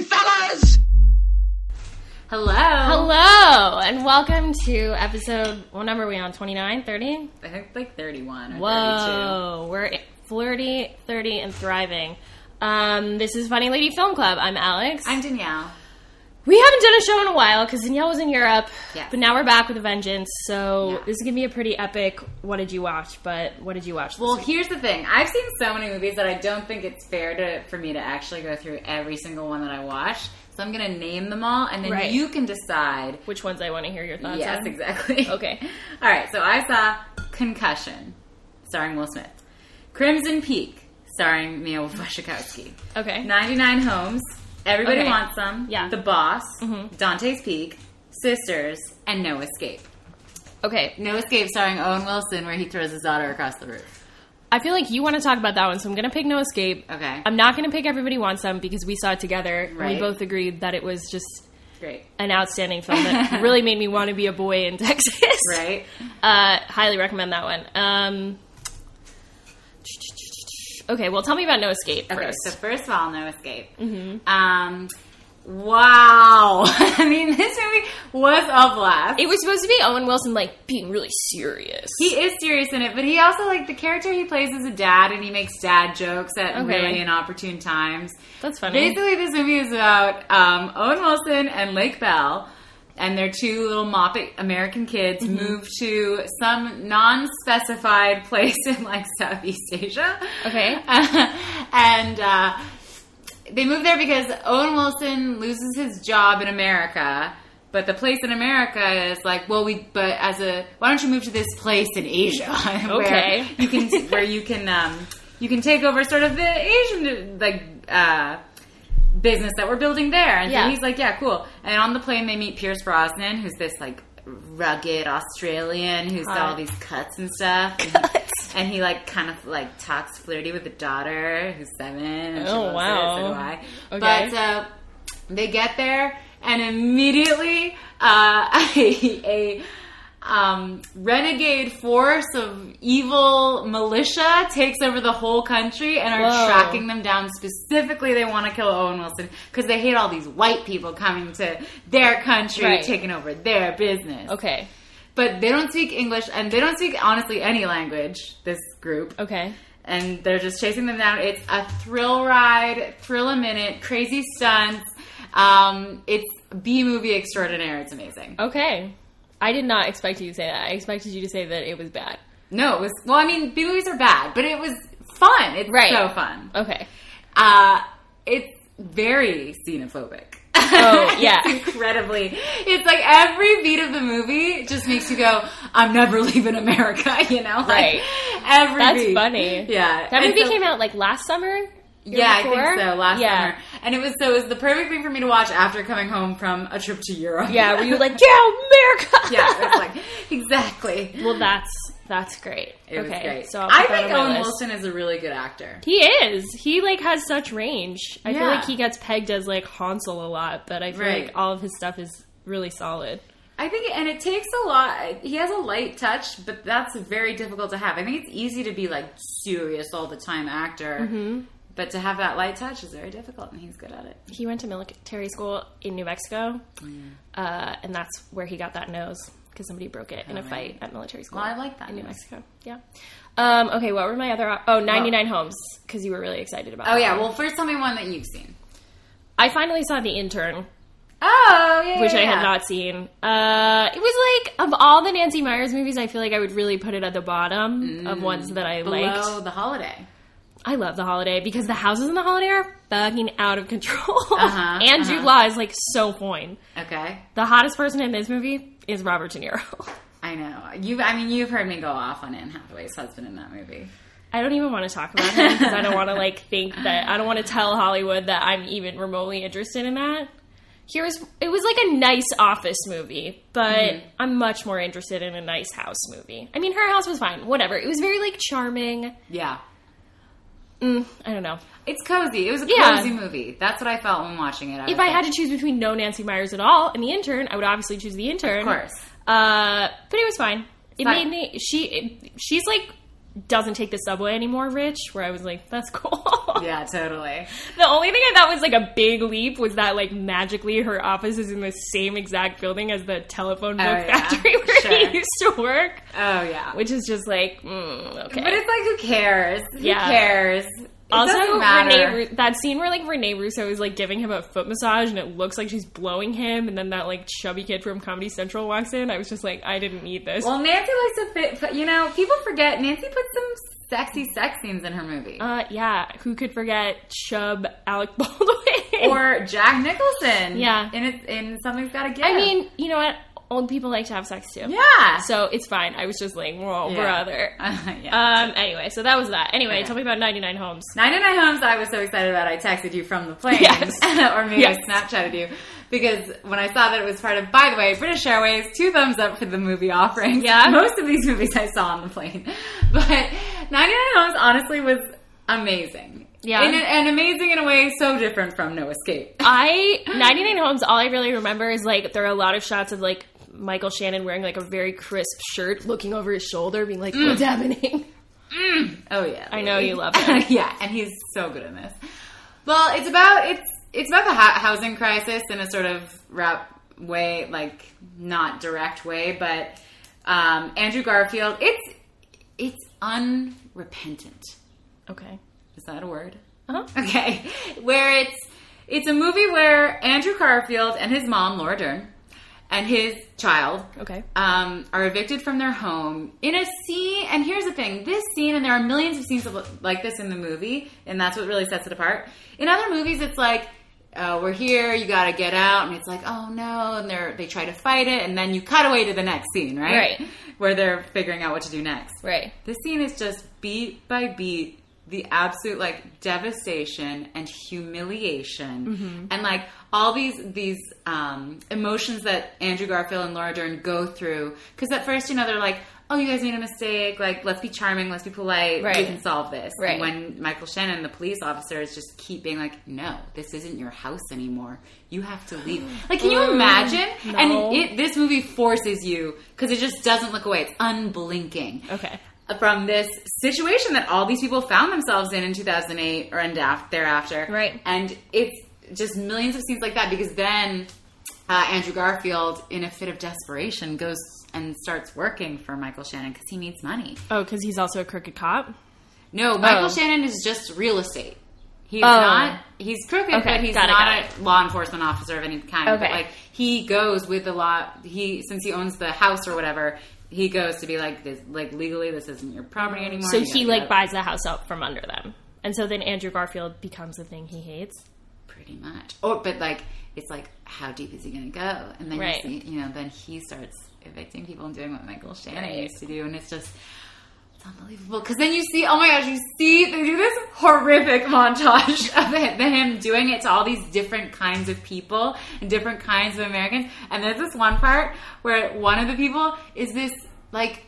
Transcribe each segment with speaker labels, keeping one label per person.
Speaker 1: Yes!
Speaker 2: Hello.
Speaker 3: Hello, and welcome to episode. What number are we on? 29, 30?
Speaker 2: I think like 31 or
Speaker 3: Whoa, we're flirty, 30, and thriving. Um, this is Funny Lady Film Club. I'm Alex.
Speaker 2: 32. I'm Danielle.
Speaker 3: we haven't done a show in a while because Danielle was in Europe,
Speaker 2: Yes.
Speaker 3: but now we're back with a vengeance. So
Speaker 2: Yeah.
Speaker 3: this is gonna be a pretty epic. What did you watch? But what did you watch? this
Speaker 2: Well,
Speaker 3: week?
Speaker 2: here's the thing. I've seen so many movies that I don't think it's fair to for me to actually go through every single one that I watched. So I'm going to name them all and then
Speaker 3: Right.
Speaker 2: you can decide.
Speaker 3: which ones I want to hear your thoughts
Speaker 2: yes,
Speaker 3: on?
Speaker 2: exactly.
Speaker 3: Okay.
Speaker 2: All right, so I saw Concussion starring Will Smith. Crimson Peak starring Mia Wasikowska.
Speaker 3: Okay.
Speaker 2: 99 Homes. Everybody
Speaker 3: Okay.
Speaker 2: wants them.
Speaker 3: Yeah. Mm-hmm.
Speaker 2: The Boss. Dante's Peak. Sisters and No Escape.
Speaker 3: okay.
Speaker 2: No Escape starring Owen Wilson, where he throws his daughter across the roof.
Speaker 3: I feel like you want to talk about that one, so I'm gonna pick No Escape.
Speaker 2: Okay,
Speaker 3: I'm not going to pick Everybody Wants Some because we saw it together. and
Speaker 2: Right.
Speaker 3: We both agreed that it was just
Speaker 2: great,
Speaker 3: an outstanding film that really made me want to be a boy in Texas.
Speaker 2: right?
Speaker 3: Uh, highly recommend that one. Um, okay, well, tell me about No Escape
Speaker 2: Okay,
Speaker 3: first. Mm-hmm.
Speaker 2: so first of all, No Escape. Um, wow, I mean, this movie was a blast.
Speaker 3: it was supposed to be Owen Wilson, like, being really serious.
Speaker 2: he is serious in it, but he also like the character he plays is a dad, and he makes dad jokes at
Speaker 3: Okay.
Speaker 2: really inopportune times.
Speaker 3: That's funny.
Speaker 2: Basically, this movie is about um, Owen Wilson and Lake Bell, and their two little moppet American kids
Speaker 3: Mm-hmm.
Speaker 2: move to some non-specified place in like Southeast Asia.
Speaker 3: Okay.
Speaker 2: and uh, they move there because Owen Wilson loses his job in America. But the place in America is like, well, we. But as a, why don't you move to this place in Asia? where
Speaker 3: Okay.
Speaker 2: you can where you can um, you can take over sort of the Asian like uh, business that we're building there. And so
Speaker 3: Yeah.
Speaker 2: he's like, yeah, cool. And on the plane, they meet Pierce Brosnan, who's this like rugged Australian who's got
Speaker 3: Hot.
Speaker 2: all these cuts and stuff. And he-
Speaker 3: Cuts.
Speaker 2: And he like kind of like talks flirty with the daughter who's seven. And she
Speaker 3: Oh,
Speaker 2: loves it,
Speaker 3: wow.
Speaker 2: so do I.
Speaker 3: Okay.
Speaker 2: But uh, they get there and immediately uh, a, a um, renegade force of evil militia takes over the whole country and are
Speaker 3: Whoa.
Speaker 2: tracking them down. Specifically, they want to kill Owen Wilson because they hate all these white people coming to their country,
Speaker 3: Right.
Speaker 2: taking over their business.
Speaker 3: okay,
Speaker 2: But they don't speak English and they don't speak, honestly, any language, this group
Speaker 3: okay.
Speaker 2: and they're just chasing them down. It's a thrill ride, thrill a minute, crazy stunts. Um, it's B movie extraordinaire. It's amazing.
Speaker 3: Okay. I did not expect you to say that. I expected you to say that it was bad.
Speaker 2: No, it was well. I mean, B movies are bad, but it was fun. It's
Speaker 3: Right.
Speaker 2: so fun.
Speaker 3: Okay.
Speaker 2: Uh, it's very xenophobic.
Speaker 3: Oh, yeah.
Speaker 2: It's incredibly. It's like every beat of the movie just makes you go, "I'm never leaving America," you know? Like,
Speaker 3: Right.
Speaker 2: Every
Speaker 3: That's
Speaker 2: beat.
Speaker 3: funny.
Speaker 2: Yeah.
Speaker 3: That
Speaker 2: And
Speaker 3: movie
Speaker 2: so-
Speaker 3: came out, like, last summer? Year
Speaker 2: Yeah, I
Speaker 3: before?
Speaker 2: think so. Last
Speaker 3: Yeah.
Speaker 2: summer, and it was so it was the perfect thing for me to watch after coming home from a trip to Europe.
Speaker 3: Yeah, where you were like, yeah, America.
Speaker 2: yeah, it was like exactly.
Speaker 3: well, that's that's great.
Speaker 2: It was
Speaker 3: okay,
Speaker 2: great.
Speaker 3: so I'll put
Speaker 2: I
Speaker 3: that
Speaker 2: think
Speaker 3: on my
Speaker 2: Owen
Speaker 3: list.
Speaker 2: Wilson is a really good actor.
Speaker 3: He is. He like has such range. I feel
Speaker 2: Yeah.
Speaker 3: like he gets pegged as like Hansel a lot, but I feel
Speaker 2: Right.
Speaker 3: like all of his stuff is really solid.
Speaker 2: I think, and it takes a lot. He has a light touch, but that's very difficult to have. I think it's easy to be like serious all the time actor,
Speaker 3: Mm-hmm.
Speaker 2: but to have that light touch is very difficult, and he's good at it.
Speaker 3: He went to military school in New Mexico,
Speaker 2: Mm.
Speaker 3: uh, and that's where he got that nose because somebody broke it in a fight at military school.
Speaker 2: Oh, Well, I like that
Speaker 3: in New
Speaker 2: nose.
Speaker 3: Mexico. Yeah. Um, okay, what were my other? Op- oh, 99 Homes because you were really excited about.
Speaker 2: Oh
Speaker 3: that
Speaker 2: yeah.
Speaker 3: one.
Speaker 2: Well, first tell me one that you've seen.
Speaker 3: I finally saw The Intern.
Speaker 2: Oh yeah,
Speaker 3: which
Speaker 2: yeah,
Speaker 3: I
Speaker 2: yeah.
Speaker 3: had not seen. Uh, it was like of all the Nancy Myers movies, I feel like I would really put it at the bottom of ones that I
Speaker 2: Mm, below
Speaker 3: liked.
Speaker 2: the holiday.
Speaker 3: I love The Holiday because the houses in The Holiday are fucking out of control,
Speaker 2: Uh-huh,
Speaker 3: and
Speaker 2: uh-huh.
Speaker 3: Jude Law is like so fine.
Speaker 2: Okay,
Speaker 3: The hottest person in this movie is Robert De Niro.
Speaker 2: I know. You, I mean, you've heard me go off on Anne Hathaway's husband in that movie.
Speaker 3: I don't even want to talk about him because I don't want to like think that I don't want to tell Hollywood that I'm even remotely interested in that. Here was it was like a nice office movie, but
Speaker 2: Mm-hmm.
Speaker 3: I'm much more interested in a nice house movie. I mean, her house was fine, whatever. It was very like charming.
Speaker 2: Yeah,
Speaker 3: Mm, I don't know.
Speaker 2: it's cozy. It was a
Speaker 3: Yeah.
Speaker 2: cozy movie. That's what I felt when watching it.
Speaker 3: If I had to choose between no Nancy Myers at all and the intern, I would obviously choose the intern.
Speaker 2: Of course.
Speaker 3: Uh, but it was fine. It
Speaker 2: Fine.
Speaker 3: made me she it, she's like doesn't take the subway anymore, Rich. Where I was like, that's cool.
Speaker 2: Yeah, totally.
Speaker 3: The only thing I thought was like a big leap was that like magically her office is in the same exact building as the telephone book
Speaker 2: Oh, yeah.
Speaker 3: factory where
Speaker 2: Sure.
Speaker 3: he used to work,
Speaker 2: Oh yeah.
Speaker 3: which is just like mm, okay.
Speaker 2: But it's like who cares? Who
Speaker 3: Yeah.
Speaker 2: cares? It
Speaker 3: also,
Speaker 2: doesn't matter.
Speaker 3: Renee, Ru- that scene where like Renee Russo is like giving him a foot massage and it looks like she's blowing him, and then that like chubby kid from Comedy Central walks in. I was just like, I didn't need this.
Speaker 2: well, Nancy likes to fit, put- you know, people forget Nancy put some sexy sex scenes in her movie.
Speaker 3: uh, yeah, who could forget Chub Alec Baldwin?
Speaker 2: or Jack Nicholson.
Speaker 3: Yeah.
Speaker 2: In, it, in Something's Gotta Give.
Speaker 3: I mean, you know what? Old people like to have sex too.
Speaker 2: yeah.
Speaker 3: So it's fine. I was just like, whoa,
Speaker 2: Yeah.
Speaker 3: brother.
Speaker 2: yeah.
Speaker 3: Um. Anyway, so that was that. Anyway,
Speaker 2: Okay.
Speaker 3: tell me about 99 Homes.
Speaker 2: 99 Homes, I was so excited about. I texted you from the plane.
Speaker 3: Yes.
Speaker 2: or maybe
Speaker 3: Yes.
Speaker 2: I Snapchatted you. Because when I saw that it was part of, by the way, British Airways, two thumbs up for the movie offering.
Speaker 3: Yeah.
Speaker 2: Most of these movies I saw on the plane. But 99 Homes honestly was amazing.
Speaker 3: Yeah.
Speaker 2: And, and amazing in a way so different from No Escape.
Speaker 3: I 99 Homes. All I really remember is like there are a lot of shots of like Michael Shannon wearing like a very crisp shirt, looking over his shoulder, being like, "What's happening?"
Speaker 2: Oh yeah,
Speaker 3: Mm. I know
Speaker 2: baby.
Speaker 3: you love him.
Speaker 2: yeah, and he's so good in this. Well, it's about it's it's about the ha- housing crisis in a sort of rap way, like not direct way, but um, Andrew Garfield. It's it's unrepentant.
Speaker 3: Okay.
Speaker 2: Is that a word?
Speaker 3: Uh-huh.
Speaker 2: Okay, where it's it's a movie where Andrew Garfield and his mom Laura Dern and his child
Speaker 3: Okay.
Speaker 2: um, are evicted from their home in a scene. And here's the thing: this scene, and there are millions of scenes of- like this in the movie, and that's what really sets it apart. In other movies, it's like. Uh, we're here. You gotta get out, and it's like, oh no! And they're they try to fight it, and then you cut away to the next scene, right?
Speaker 3: Right.
Speaker 2: Where they're figuring out what to do next.
Speaker 3: Right.
Speaker 2: This scene is just beat by beat the absolute like devastation and humiliation
Speaker 3: Mm-hmm.
Speaker 2: and like all these these um, emotions that Andrew Garfield and Laura Dern go through because at first you know they're like oh you guys made a mistake like let's be charming let's be polite we
Speaker 3: Right.
Speaker 2: can solve this
Speaker 3: Right.
Speaker 2: and when Michael Shannon the police officer is just keep being like no this isn't your house anymore you have to leave like can you imagine
Speaker 3: no.
Speaker 2: and it, this movie forces you because it just doesn't look away it's unblinking
Speaker 3: Okay.
Speaker 2: from this situation that all these people found themselves in in 2008 or and af- thereafter.
Speaker 3: Right.
Speaker 2: And it's just millions of scenes like that because then uh, Andrew Garfield, in a fit of desperation, goes and starts working for Michael Shannon because he needs money.
Speaker 3: Oh, because he's also a crooked cop.
Speaker 2: No, Michael
Speaker 3: Oh.
Speaker 2: Shannon is just real estate. He's
Speaker 3: Oh.
Speaker 2: not. He's crooked,
Speaker 3: Okay,
Speaker 2: but he's
Speaker 3: got it,
Speaker 2: not
Speaker 3: got
Speaker 2: a law enforcement officer of any kind. But
Speaker 3: Okay.
Speaker 2: like he goes with the law. He since he owns the house or whatever, he goes to be like this. Like legally, this isn't your property anymore.
Speaker 3: So
Speaker 2: You
Speaker 3: he
Speaker 2: gotta
Speaker 3: like
Speaker 2: go.
Speaker 3: buys the house out from under them, and so then Andrew Garfield becomes the thing he hates.
Speaker 2: pretty much. Or but like it's like how deep is he going to go? And then
Speaker 3: Right.
Speaker 2: you, see, you know, then he starts evicting people and doing what Michael Shannon
Speaker 3: Right.
Speaker 2: used to do, and it's just. it's Unbelievable, because then you see, oh my gosh, you see they do this horrific montage of it, him doing it to all these different kinds of people and different kinds of Americans. And there's this one part where one of the people is this like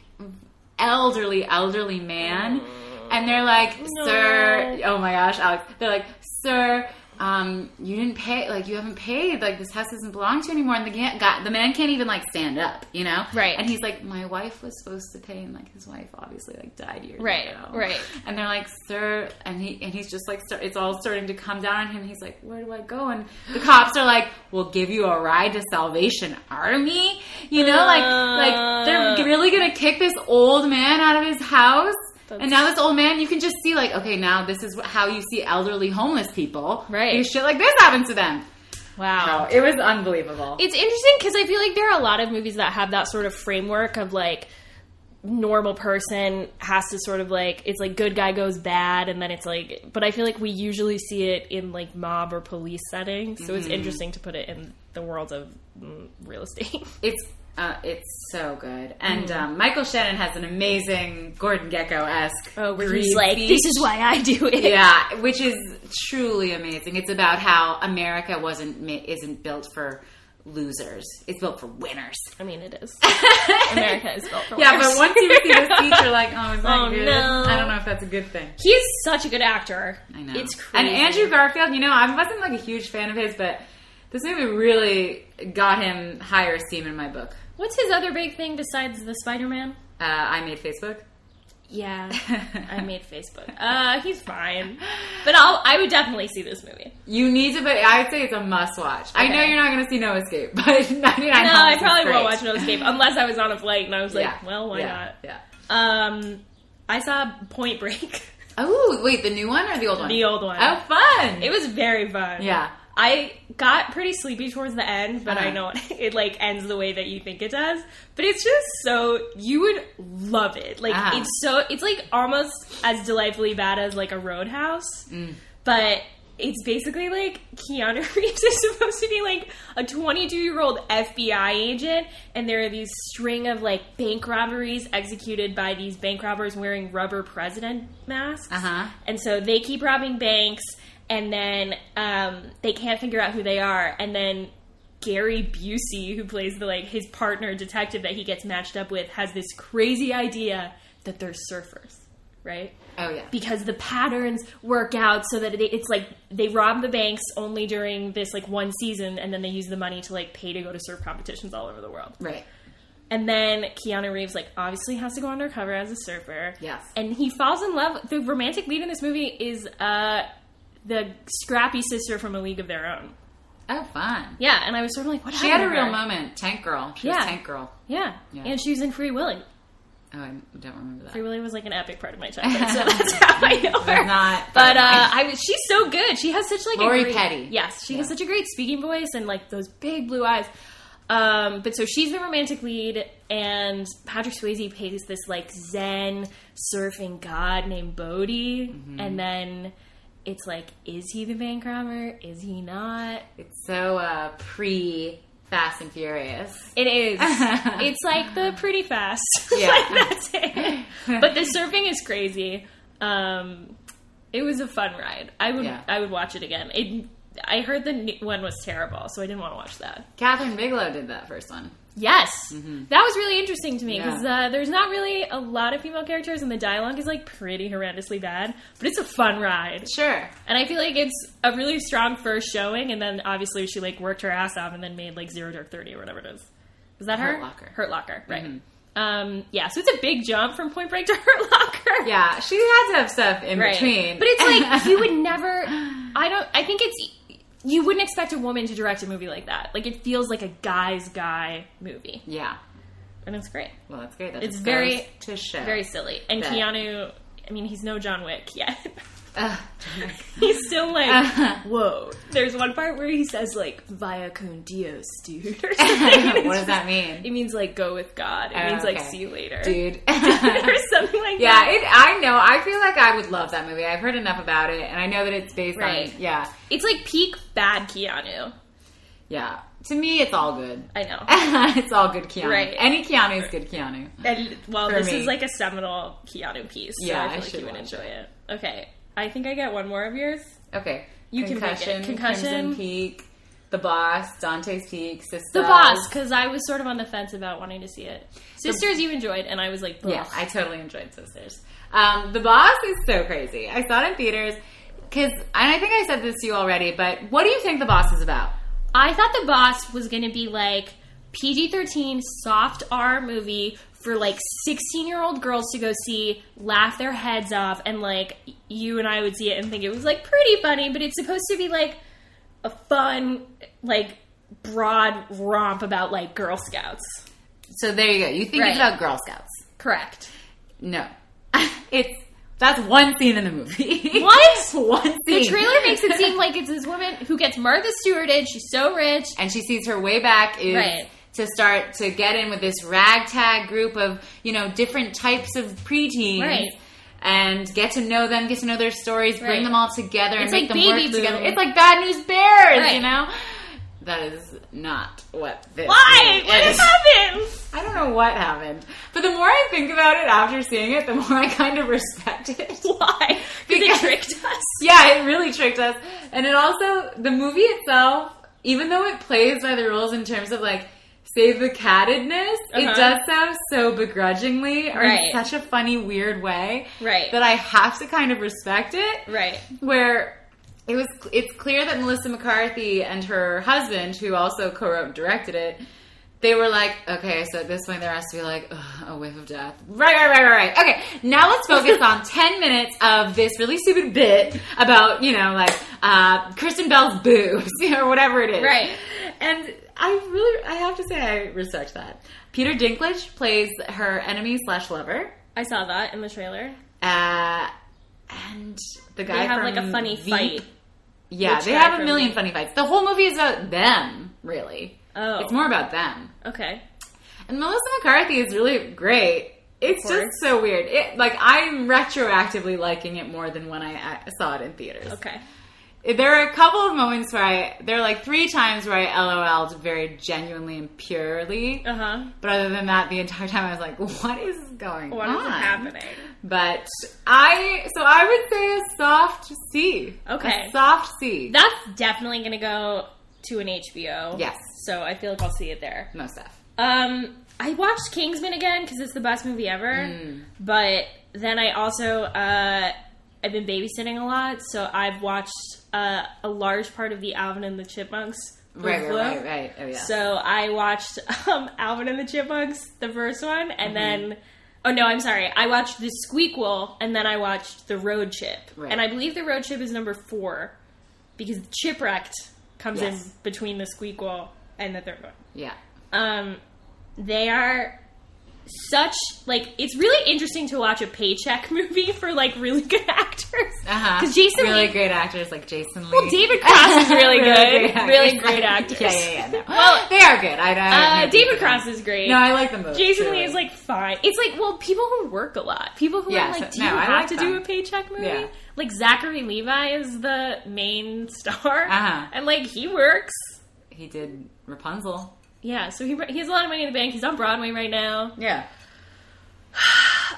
Speaker 2: elderly, elderly man,
Speaker 3: Mm.
Speaker 2: and they're like, "Sir,
Speaker 3: No.
Speaker 2: oh my gosh, Alex. They're like, sir, um, you didn't pay, like, you haven't paid, like, this house doesn't belong to you anymore. And the, ga- guy, the man can't even, like, stand up, you know?
Speaker 3: Right.
Speaker 2: And he's like, my wife was supposed to pay, and, like, his wife obviously, like, died years
Speaker 3: Right,
Speaker 2: ago.
Speaker 3: right.
Speaker 2: And they're like, sir, and he and he's just like, start, it's all starting to come down on him. He's like, where do I go? And the cops are like, we'll give you a ride to Salvation Army. You know, like, like they're really gonna kick this old man out of his house.
Speaker 3: That's-
Speaker 2: and now this old man, you can just see like, okay, now this is wh- how you see elderly homeless people.
Speaker 3: Right.
Speaker 2: Because shit like this happens to them.
Speaker 3: Wow.
Speaker 2: Oh, it was unbelievable.
Speaker 3: It's interesting because I feel like there are a lot of movies that have that sort of framework of like normal person has to sort of like it's like good guy goes bad and then it's like but I feel like we usually see it in like mob or police settings so it's
Speaker 2: Mm-hmm.
Speaker 3: interesting to put it in the world of mm, real estate.
Speaker 2: It's uh, it's so good, and
Speaker 3: Mm.
Speaker 2: um, Michael Shannon has an amazing Gordon Gecko esque.
Speaker 3: Oh. why I do it.
Speaker 2: Oh, yeah, which is truly amazing. It's about how America wasn't ma- isn't built for losers; it's built for winners.
Speaker 3: I mean it is. America is built for
Speaker 2: Yeah,
Speaker 3: winners.
Speaker 2: but once you see this speech, you're like, oh, is that
Speaker 3: Oh,
Speaker 2: good?
Speaker 3: no.
Speaker 2: I don't know if that's a good thing.
Speaker 3: he's such a good actor.
Speaker 2: I know.
Speaker 3: It's crazy.
Speaker 2: And Andrew Garfield, you know, I wasn't like a huge fan of his, but this movie really got him higher esteem in my book.
Speaker 3: What's his other big thing besides the Spider Man?
Speaker 2: Uh, I made Facebook.
Speaker 3: Yeah, I made Facebook. Uh, he's fine, but I'll, I would definitely see this movie.
Speaker 2: You need to, but I would say it's a must watch. I know
Speaker 3: Okay.
Speaker 2: you're not going to see No Escape, but 99
Speaker 3: No,
Speaker 2: Homes
Speaker 3: I
Speaker 2: is
Speaker 3: probably
Speaker 2: great.
Speaker 3: won't watch No Escape unless I was on a flight and I was like,
Speaker 2: Yeah.
Speaker 3: well, why
Speaker 2: Yeah.
Speaker 3: not?
Speaker 2: Yeah.
Speaker 3: Um, I saw Point Break,
Speaker 2: Oh, wait, the new one or the old one?
Speaker 3: the old one.
Speaker 2: Oh, fun.
Speaker 3: It was very fun.
Speaker 2: yeah.
Speaker 3: I got pretty sleepy towards the end, but I
Speaker 2: Uh-huh.
Speaker 3: know it like ends the way that you think it does. But it's just so you would love it. Like
Speaker 2: Uh-huh.
Speaker 3: it's so it's like almost as delightfully bad as like a Roadhouse,
Speaker 2: Mm.
Speaker 3: but it's basically like Keanu Reeves is supposed to be like a 22 year old FBI agent, and there are these string of like bank robberies executed by these bank robbers wearing rubber president masks.
Speaker 2: Uh-huh.
Speaker 3: And so they keep robbing banks, and then um, they can't figure out who they are. And then Gary Busey, who plays the like his partner detective that he gets matched up with, has this crazy idea that they're surfers, right?
Speaker 2: Oh, yeah.
Speaker 3: Because the patterns work out so that it, it's like they rob the banks only during this like one season, and then they use the money to like pay to go to surf competitions all over the world.
Speaker 2: Right.
Speaker 3: And then Keanu Reeves, like, obviously has to go undercover as a surfer.
Speaker 2: Yes.
Speaker 3: And he falls in love. The romantic lead in this movie is uh, the scrappy sister from A League of Their Own.
Speaker 2: Oh, fun.
Speaker 3: Yeah. And I was sort of like, what
Speaker 2: She had
Speaker 3: happened
Speaker 2: a
Speaker 3: to
Speaker 2: real
Speaker 3: her?
Speaker 2: moment. Tank Girl. She
Speaker 3: Yeah.
Speaker 2: was Tank Girl.
Speaker 3: Yeah.
Speaker 2: Yeah.
Speaker 3: And she was in Free Willy.
Speaker 2: Oh, I don't remember that.
Speaker 3: Free Willy was like an epic part of my childhood. So that's how I know her.
Speaker 2: not-
Speaker 3: but uh, I was, she's so good. She has such like a
Speaker 2: Lori
Speaker 3: great,
Speaker 2: Petty.
Speaker 3: Yes, she has such a great speaking voice and like those big blue eyes. Um, but so she's the romantic lead, and Patrick Swayze plays this like Zen surfing god named Bodhi,
Speaker 2: Mm-hmm.
Speaker 3: and then it's like, is he the bank robber? Is he not?
Speaker 2: It's so uh, pre Fast and Furious.
Speaker 3: It is. it's like the pretty fast.
Speaker 2: Yeah.
Speaker 3: Like, that's it. But the surfing is crazy. Um, it was a fun ride. I would
Speaker 2: Yeah.
Speaker 3: I would watch it again. It, I heard the new one was terrible, so I didn't want to watch that.
Speaker 2: Catherine Bigelow did that first one.
Speaker 3: Yes, that was really interesting to me because
Speaker 2: Yeah.
Speaker 3: uh, there's not really a lot of female characters, and the dialogue is like pretty horrendously bad. But it's a fun ride,
Speaker 2: Sure.
Speaker 3: and I feel like it's a really strong first showing. And then obviously she like worked her ass off and then made like Zero Dark Thirty or whatever it is. Is that her?
Speaker 2: Hurt Locker. Mm-hmm.
Speaker 3: Hurt Locker, right? Um, yeah, so it's a big jump from Point Break to Hurt Locker.
Speaker 2: Yeah, she had to have stuff in
Speaker 3: right.
Speaker 2: between.
Speaker 3: But it's like you would never. I don't. I think it's you wouldn't expect a woman to direct a movie like that. Like it feels like a guy's guy movie,
Speaker 2: yeah.
Speaker 3: and it's great,
Speaker 2: Well, that's great. That
Speaker 3: It's
Speaker 2: just
Speaker 3: very-
Speaker 2: goes to show.
Speaker 3: very silly. And
Speaker 2: Bet.
Speaker 3: Keanu, I mean, he's no John Wick yet.
Speaker 2: Ugh.
Speaker 3: He's still like,
Speaker 2: Uh-huh.
Speaker 3: whoa. There's one part where he says like, "Via con Dios, dude," or something.
Speaker 2: what does that mean,
Speaker 3: It means like, "Go with God." It
Speaker 2: Oh,
Speaker 3: means like,
Speaker 2: okay.
Speaker 3: "See you later,"
Speaker 2: dude?
Speaker 3: or something like
Speaker 2: Yeah,
Speaker 3: that.
Speaker 2: it, I know. I feel like I would love that movie. I've heard enough about it, and I know that it's based
Speaker 3: Right.
Speaker 2: on. Yeah,
Speaker 3: It's like peak bad Keanu.
Speaker 2: yeah. To me, it's all good.
Speaker 3: I know.
Speaker 2: it's all good Keanu.
Speaker 3: Right.
Speaker 2: Any Keanu is good Keanu.
Speaker 3: And well,
Speaker 2: For
Speaker 3: this
Speaker 2: me.
Speaker 3: is like a seminal Keanu piece. So
Speaker 2: Yeah,
Speaker 3: I
Speaker 2: I
Speaker 3: feel like
Speaker 2: should
Speaker 3: you would
Speaker 2: watch
Speaker 3: enjoy it. Okay, I think I get one more of yours.
Speaker 2: Okay.
Speaker 3: You can make it. Concussion.
Speaker 2: Crimson Peak, The Boss, Dante's Peak, Sisters.
Speaker 3: The Boss, because I was sort of on the fence about wanting to see it. Sisters, you enjoyed, and I was like,
Speaker 2: Yeah,
Speaker 3: yeah,
Speaker 2: I totally enjoyed Sisters. Um, the Boss is so crazy. I saw it in theaters because, and I think I said this to you already, but what do you think The Boss is about?
Speaker 3: I thought the boss was going to be like PG 13 soft R movie for like 16 year old girls to go see, laugh their heads off, and like you and I would see it and think it was like pretty funny, but it's supposed to be like a fun, like broad romp about like Girl Scouts.
Speaker 2: So there you go. You think
Speaker 3: Right.
Speaker 2: it's about Girl Scouts?
Speaker 3: Correct.
Speaker 2: No, it's that's one scene in the movie.
Speaker 3: What?
Speaker 2: one scene.
Speaker 3: The trailer makes it seem like it's this woman who gets Martha Stewarted. She's so rich.
Speaker 2: and she sees her way back is
Speaker 3: Right.
Speaker 2: to start to get in with this ragtag group of you know different types of preteens
Speaker 3: Right.
Speaker 2: and get to know them, get to know their stories,
Speaker 3: Right.
Speaker 2: bring them all together, and
Speaker 3: It's
Speaker 2: make
Speaker 3: like
Speaker 2: them work
Speaker 3: Baby
Speaker 2: together.
Speaker 3: Boom.
Speaker 2: It's like Bad News Bears,
Speaker 3: Right.
Speaker 2: you know. That is not what this.
Speaker 3: Why?
Speaker 2: movie
Speaker 3: What
Speaker 2: is.
Speaker 3: happened?
Speaker 2: I don't know what happened, but the more I think about it after seeing it, the more I kind of respect it.
Speaker 3: Why? Because they
Speaker 2: Because-
Speaker 3: tricked us.
Speaker 2: Yeah, it really tricked us. And it also, the movie itself, even though it plays by the rules in terms of like save the cattedness,
Speaker 3: Uh-huh.
Speaker 2: it does so so begrudgingly or
Speaker 3: Right.
Speaker 2: in such a funny, weird way
Speaker 3: Right.
Speaker 2: that I have to kind of respect it.
Speaker 3: Right.
Speaker 2: Where it was, it's clear that Melissa McCarthy and her husband, who also co-wrote and directed it, they were like, okay, so at this point there has to be like ugh, a whiff of death. Right, right, right, right, right. Okay, now let's focus on 10 minutes of this really stupid bit about, you know, like uh, Kristen Bell's boobs or whatever it is.
Speaker 3: Right.
Speaker 2: And I really, I have to say, I respect that. Peter Dinklage plays her enemy slash lover.
Speaker 3: I saw that in the trailer.
Speaker 2: Uh, and the guy
Speaker 3: They have
Speaker 2: from
Speaker 3: like a funny
Speaker 2: Veep-
Speaker 3: fight.
Speaker 2: Yeah,
Speaker 3: Which
Speaker 2: they
Speaker 3: guy
Speaker 2: have a
Speaker 3: from
Speaker 2: million
Speaker 3: Veep?
Speaker 2: funny fights. The whole movie is about them, really.
Speaker 3: Oh.
Speaker 2: It's more about them.
Speaker 3: Okay.
Speaker 2: And Melissa McCarthy is really great. It's
Speaker 3: Of course.
Speaker 2: just so weird. It, like I'm retroactively liking it more than when I uh, saw it in theaters.
Speaker 3: Okay.
Speaker 2: There are a couple of moments where I there are like three times where I LOL'd very genuinely and purely.
Speaker 3: Uh huh.
Speaker 2: But other than that, the entire time I was like, "What is going
Speaker 3: What
Speaker 2: on?
Speaker 3: is happening?
Speaker 2: But I so I would say a soft C.
Speaker 3: Okay.
Speaker 2: a soft C.
Speaker 3: That's definitely going to go to an HBO.
Speaker 2: Yes.
Speaker 3: So I feel like I'll see it there.
Speaker 2: no stuff.
Speaker 3: Um, I watched Kingsman again because it's the best movie ever.
Speaker 2: Mm.
Speaker 3: But then I also uh, I've been babysitting a lot, so I've watched uh, a large part of the Alvin and the Chipmunks.
Speaker 2: Right, right,
Speaker 3: review.
Speaker 2: right, right. Oh yeah.
Speaker 3: So I watched um, Alvin and the Chipmunks, the first one,
Speaker 2: Mm-hmm.
Speaker 3: and then oh no, I'm sorry, I watched the Squeakquel, and then I watched the Road Chip,
Speaker 2: Right.
Speaker 3: and I believe the Road Chip is number four because Chipwrecked comes in
Speaker 2: Yes.
Speaker 3: between the Squeakquel and the third one.
Speaker 2: yeah.
Speaker 3: Um, they are such like it's really interesting to watch a paycheck movie for like really good actors because
Speaker 2: Uh-huh.
Speaker 3: Jason
Speaker 2: really
Speaker 3: Lee-
Speaker 2: great actors like Jason Lee.
Speaker 3: well, David Cross is really
Speaker 2: Really
Speaker 3: good,
Speaker 2: great
Speaker 3: really
Speaker 2: actors.
Speaker 3: great actors.
Speaker 2: Yeah, yeah, yeah. No.
Speaker 3: Well,
Speaker 2: they are good. I, I
Speaker 3: Uh,
Speaker 2: no
Speaker 3: David
Speaker 2: problem.
Speaker 3: Cross is great.
Speaker 2: No, I like them both.
Speaker 3: Jason
Speaker 2: truly.
Speaker 3: Lee is like fine. It's like well, people who work a lot, people who
Speaker 2: Yeah,
Speaker 3: are
Speaker 2: so-
Speaker 3: like, do
Speaker 2: no,
Speaker 3: you
Speaker 2: I
Speaker 3: have
Speaker 2: like
Speaker 3: to
Speaker 2: them.
Speaker 3: do a paycheck movie?
Speaker 2: Yeah.
Speaker 3: Like Zachary Levi is the main star,
Speaker 2: Uh-huh.
Speaker 3: and like he works.
Speaker 2: he did Rapunzel.
Speaker 3: Yeah, so he he has a lot of money in the bank. He's on Broadway right now.
Speaker 2: Yeah,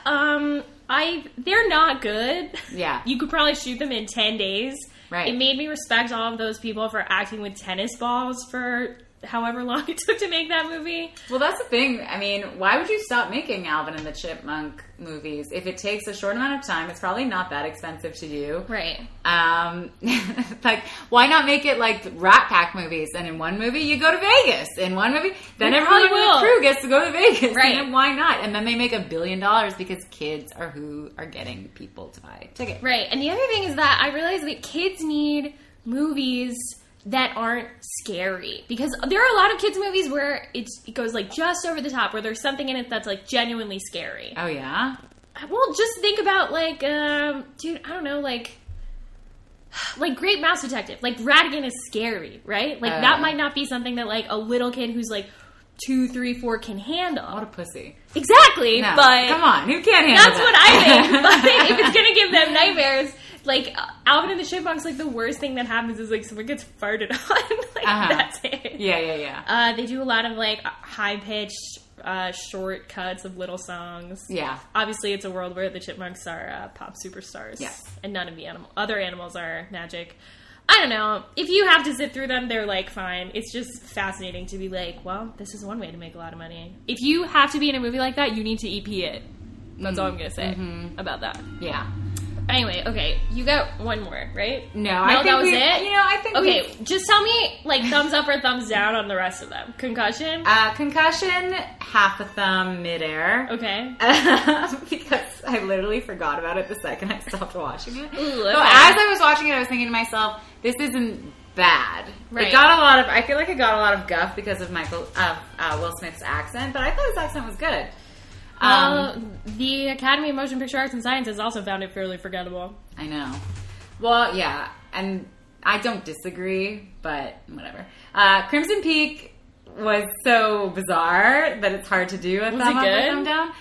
Speaker 3: Um, I they're not good.
Speaker 2: yeah.
Speaker 3: You could probably shoot them in ten days.
Speaker 2: Right.
Speaker 3: It made me respect all of those people for acting with tennis balls for however long it took to make that movie.
Speaker 2: well, that's the thing. I mean, why would you stop making Alvin and the Chipmunk movies if it takes a short amount of time? It's probably not that expensive to do.
Speaker 3: Right.
Speaker 2: Um, like, why not make it like Rat Pack movies? And in one movie, you go to Vegas. In one movie, then
Speaker 3: We
Speaker 2: everyone in
Speaker 3: probably
Speaker 2: the
Speaker 3: will.
Speaker 2: crew gets to go to Vegas.
Speaker 3: Right.
Speaker 2: And then why not? And then they make a billion dollars because kids are who are getting people to buy tickets.
Speaker 3: Right. And the other thing is that I realize that kids need movies that aren't scary because there are a lot of kids movies where it's, it goes like just over the top where there's something in it that's like genuinely scary.
Speaker 2: Oh yeah,
Speaker 3: Well, just think about like um dude, I don't know, like like Great Mouse Detective. Like Radigan is scary, right? Like
Speaker 2: Uh.
Speaker 3: that might not be something that like a little kid who's like two, three, four can
Speaker 2: what a
Speaker 3: handle.
Speaker 2: pussy.
Speaker 3: Exactly,
Speaker 2: No,
Speaker 3: but
Speaker 2: come on, who can't handle
Speaker 3: that's what I think.
Speaker 2: that?
Speaker 3: But if it's gonna give them nightmares, like uh, Alvin and the Chipmunks, like the worst thing that happens is like someone gets farted on. like
Speaker 2: Uh-huh.
Speaker 3: that's it.
Speaker 2: yeah, yeah, yeah,
Speaker 3: Uh, they do a lot of like high pitched uh, short cuts of little songs.
Speaker 2: yeah.
Speaker 3: Obviously, it's a world where the Chipmunks are uh, pop superstars,
Speaker 2: Yes.
Speaker 3: and none of the animal other animals are magic. I don't know. If you have to sit through them, they're like fine. It's just fascinating to be like, well, this is one way to make a lot of money. If you have to be in a movie like that, you need to EP it. That's all I'm gonna say
Speaker 2: Mm-hmm.
Speaker 3: about that.
Speaker 2: Yeah.
Speaker 3: Anyway, okay, you got one more, right?
Speaker 2: No,
Speaker 3: no,
Speaker 2: I think
Speaker 3: that was
Speaker 2: we-
Speaker 3: it.
Speaker 2: you know, I think
Speaker 3: okay.
Speaker 2: we-
Speaker 3: Just tell me like thumbs up or thumbs down on the rest of them. Concussion.
Speaker 2: Uh, concussion, half a thumb, midair.
Speaker 3: okay.
Speaker 2: Um, because I literally forgot about it the second I stopped watching it.
Speaker 3: Ooh,
Speaker 2: So
Speaker 3: okay.
Speaker 2: as I was watching it, I was thinking to myself, "This isn't bad." It
Speaker 3: Right.
Speaker 2: got a lot of. I feel like it got a lot of guff because of Michael of uh, Will Smith's accent, but I thought his accent was good. Um,
Speaker 3: Well, Uh, the Academy of Motion Picture Arts and Sciences also found it fairly forgettable.
Speaker 2: I know. Well, yeah, and I don't disagree, but whatever. Uh, Crimson Peak was so bizarre that it's hard to do a
Speaker 3: Was
Speaker 2: thumb
Speaker 3: it
Speaker 2: up or
Speaker 3: good?
Speaker 2: thumb down.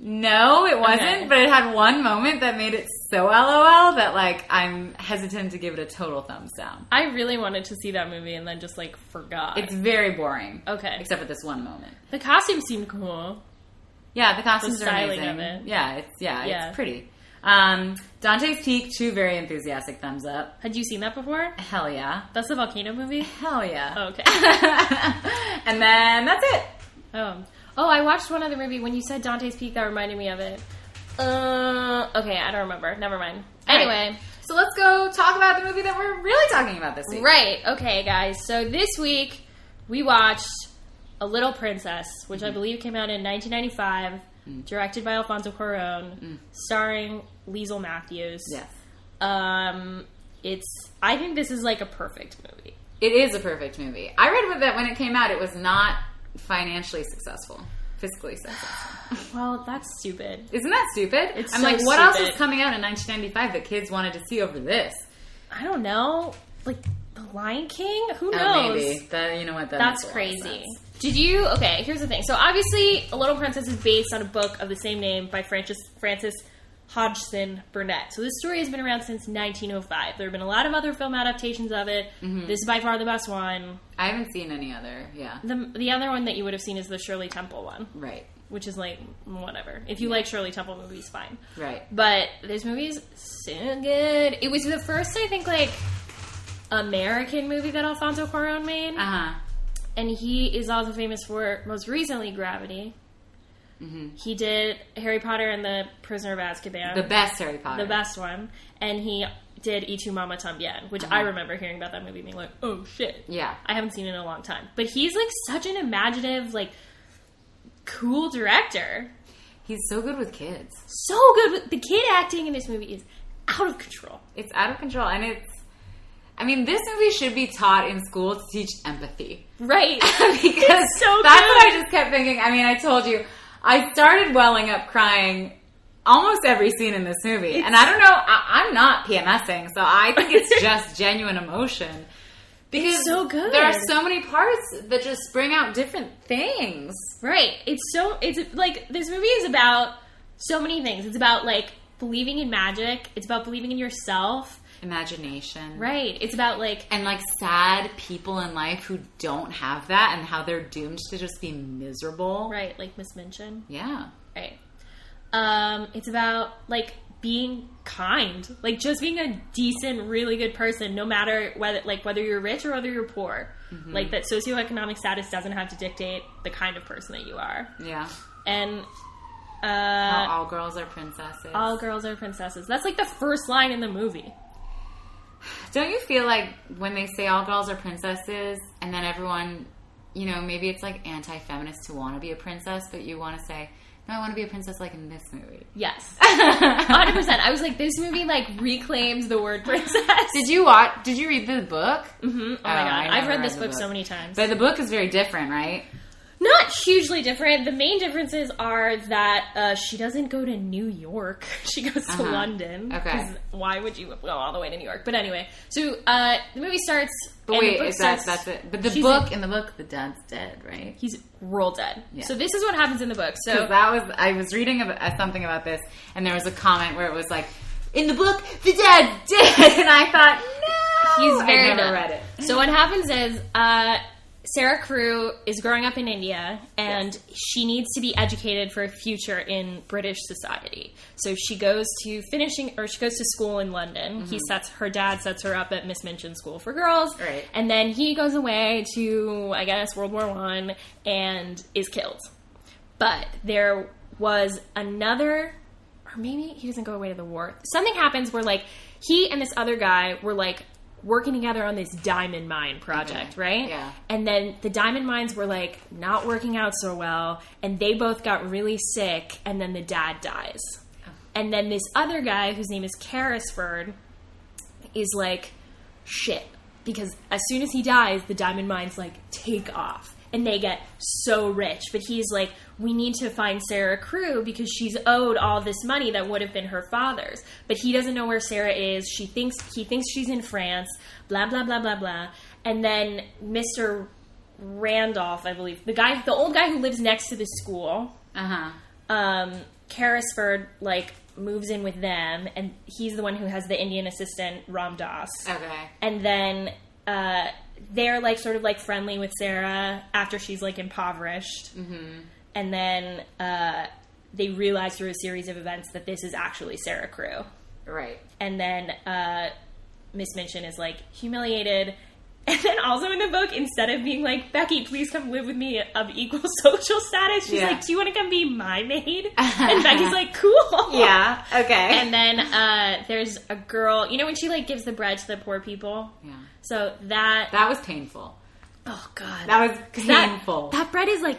Speaker 2: No, it wasn't,
Speaker 3: Okay.
Speaker 2: but it had one moment that made it so LOL that like I'm hesitant to give it a total thumbs down.
Speaker 3: I really wanted to see that movie and then just like forgot.
Speaker 2: It's very boring.
Speaker 3: okay.
Speaker 2: Except for this one moment.
Speaker 3: the costumes seemed cool.
Speaker 2: Yeah, the costumes are
Speaker 3: styling
Speaker 2: amazing.
Speaker 3: of it.
Speaker 2: Yeah, it's yeah,
Speaker 3: Yeah.
Speaker 2: it's pretty. Um, Dante's Peak, two very enthusiastic thumbs up.
Speaker 3: Had you seen that before?
Speaker 2: Hell yeah.
Speaker 3: That's the volcano movie. Oh,
Speaker 2: Hell yeah.
Speaker 3: Okay.
Speaker 2: and then that's it.
Speaker 3: Oh. Oh, I watched one other movie when you said Dante's Peak. That reminded me of it. Uh, okay, I don't remember. Never mind. Anyway,
Speaker 2: So let's go talk about the movie that we're really talking about this week.
Speaker 3: right. Okay, guys. So this week we watched A Little Princess, which
Speaker 2: Mm-hmm.
Speaker 3: I believe came out in 1995,
Speaker 2: Mm.
Speaker 3: directed by Alfonso Cuarón, starring Liesl Matthews.
Speaker 2: Yes.
Speaker 3: Um, it's. I think this is like a perfect movie.
Speaker 2: It is a perfect movie. I read with that when it came out, it was not financially successful, fiscally successful.
Speaker 3: Well, that's stupid.
Speaker 2: Isn't that stupid?
Speaker 3: It's
Speaker 2: I'm
Speaker 3: so
Speaker 2: like, what else
Speaker 3: stupid.
Speaker 2: was coming out in 1995 that kids wanted to see over this?
Speaker 3: I don't know. Like The Lion King. Who knows?
Speaker 2: Oh, maybe. That, you know what? That
Speaker 3: That's
Speaker 2: makes a lot of
Speaker 3: crazy.
Speaker 2: sense.
Speaker 3: Did you? Okay, here's the thing. So obviously, A Little Princess is based on a book of the same name by Francis Francis Hodgson Burnett. So this story has been around since 1905. There have been a lot of other film adaptations of it.
Speaker 2: Mm-hmm.
Speaker 3: This is by far the best one.
Speaker 2: I haven't seen any other. Yeah.
Speaker 3: The the other one that you would have seen is the Shirley Temple one,
Speaker 2: Right.
Speaker 3: which is like whatever. If you like Shirley Temple movies, fine.
Speaker 2: Right.
Speaker 3: But this movie is so good. It was the first, I think, like American movie that Alfonso Cuarón made
Speaker 2: Uh huh.
Speaker 3: and he is also famous for most recently Gravity. He did Harry Potter and the Prisoner of Azkaban,
Speaker 2: Mm-hmm. The best Harry Potter.
Speaker 3: the best one, and he did Itu Mama Tambien, which I remember hearing about that movie and being like, oh shit,
Speaker 2: Uh-huh. Yeah.
Speaker 3: I haven't seen it in a long time. But he's like such an imaginative, like cool director.
Speaker 2: He's so good with kids.
Speaker 3: So good. with- The kid acting in this movie is out of control.
Speaker 2: It's out of control, and it's. I mean, this movie should be taught in school to teach empathy.
Speaker 3: Right.
Speaker 2: because
Speaker 3: It's so
Speaker 2: that's what I
Speaker 3: good.
Speaker 2: just kept thinking. I mean, I told you, I started welling up crying almost every scene in this movie, and I don't know. I, I'm not PMSing, so I think it's just genuine emotion. Because
Speaker 3: so good.
Speaker 2: there are so many parts that just spring out different things.
Speaker 3: Right. It's so it's like this movie is about so many things. It's about like believing in magic. It's about believing in yourself.
Speaker 2: Imagination,
Speaker 3: Right. It's about like
Speaker 2: and like sad people in life who don't have that and how they're doomed to just be miserable.
Speaker 3: right, like Miss Minchin.
Speaker 2: Yeah.
Speaker 3: Right. Um it's about like being kind. Like just being a decent, really good person no matter whether like whether you're rich or whether you're poor. Like that socioeconomic status doesn't have to dictate the kind of person that you are.
Speaker 2: Yeah.
Speaker 3: And uh
Speaker 2: How all girls are princesses.
Speaker 3: all girls are princesses. That's like the first line in the movie.
Speaker 2: Don't you feel like when they say all girls are princesses and then everyone, you know, maybe it's like anti feminist to want to be a princess, but you want to say, no, I want to be a princess like in this movie.
Speaker 3: Yes. hundred percent. I was like, this movie like reclaims the word princess.
Speaker 2: Did you watch? Did you read the book?
Speaker 3: Mm, oh my
Speaker 2: Oh, I
Speaker 3: god, I've
Speaker 2: never
Speaker 3: read
Speaker 2: read
Speaker 3: this
Speaker 2: the
Speaker 3: book, so
Speaker 2: book.
Speaker 3: many times.
Speaker 2: But the book is very different, right?
Speaker 3: Not hugely different. The main differences are that uh, she doesn't go to New York; she goes to
Speaker 2: Uh-huh.
Speaker 3: London.
Speaker 2: Okay.
Speaker 3: 'Cause Why would you go all the way to New York? But anyway, so uh, the movie starts.
Speaker 2: But
Speaker 3: and the
Speaker 2: wait,
Speaker 3: book
Speaker 2: is that
Speaker 3: starts-
Speaker 2: that's it? But the
Speaker 3: she's
Speaker 2: book
Speaker 3: in-
Speaker 2: in the book, the dad's dead, right?
Speaker 3: He's real dead.
Speaker 2: Yeah.
Speaker 3: So this is what happens in the book. So
Speaker 2: Because that was I was reading ab- uh, something about this, and there was a comment where it was like, "In the book, the dad did," and I thought, "No,
Speaker 3: He's very
Speaker 2: I never
Speaker 3: dumb.
Speaker 2: read it."
Speaker 3: So what happens is uh, Sarah Crew is growing up in India, and she needs to be educated for a future in British society. So she goes to finishing, or she goes to school in London.
Speaker 2: Mm-hmm.
Speaker 3: He sets her dad sets her up at Miss Minchin School for Girls,
Speaker 2: Right.
Speaker 3: and then he goes away to I guess World War One and is killed. But there was another, or maybe he doesn't go away to the war. Something happens where like he and this other guy were like working together on this diamond mine project,
Speaker 2: Okay.
Speaker 3: right?
Speaker 2: Yeah.
Speaker 3: And then the diamond mines were like not working out so well, and they both got really sick, and then the dad dies. And then this other guy, whose name is Carrisford, is like, shit. Because as soon as he dies, the diamond mines like take off and they get so rich. But he's like, we need to find Sarah Crew because she's owed all this money that would have been her father's. But he doesn't know where Sarah is. She thinks he thinks she's in France. Blah blah blah blah blah. And then Mr. Randolph, I believe, the guy, the old guy who lives next to the school,
Speaker 2: Uh huh.
Speaker 3: um, Carrisford like moves in with them, and he's the one who has the Indian assistant Ram Dass,
Speaker 2: Okay.
Speaker 3: and then uh, they're like sort of like friendly with Sarah after she's like impoverished, mm-hmm. and then uh, they realize through a series of events that this is actually Sarah Crew,
Speaker 2: Right.
Speaker 3: and then uh, Miss Minchin is like humiliated. And then also in the book, instead of being like Becky, please come live with me of equal social status, she's
Speaker 2: Yeah.
Speaker 3: like, "Do you want to come be my maid?" And Becky's like, "Cool."
Speaker 2: Yeah. Okay.
Speaker 3: And then uh, there's a girl. You know when she like gives the bread to the poor people.
Speaker 2: yeah.
Speaker 3: So that
Speaker 2: That was painful.
Speaker 3: Oh god,
Speaker 2: That was
Speaker 3: 'Cause that-
Speaker 2: painful.
Speaker 3: That, bread is like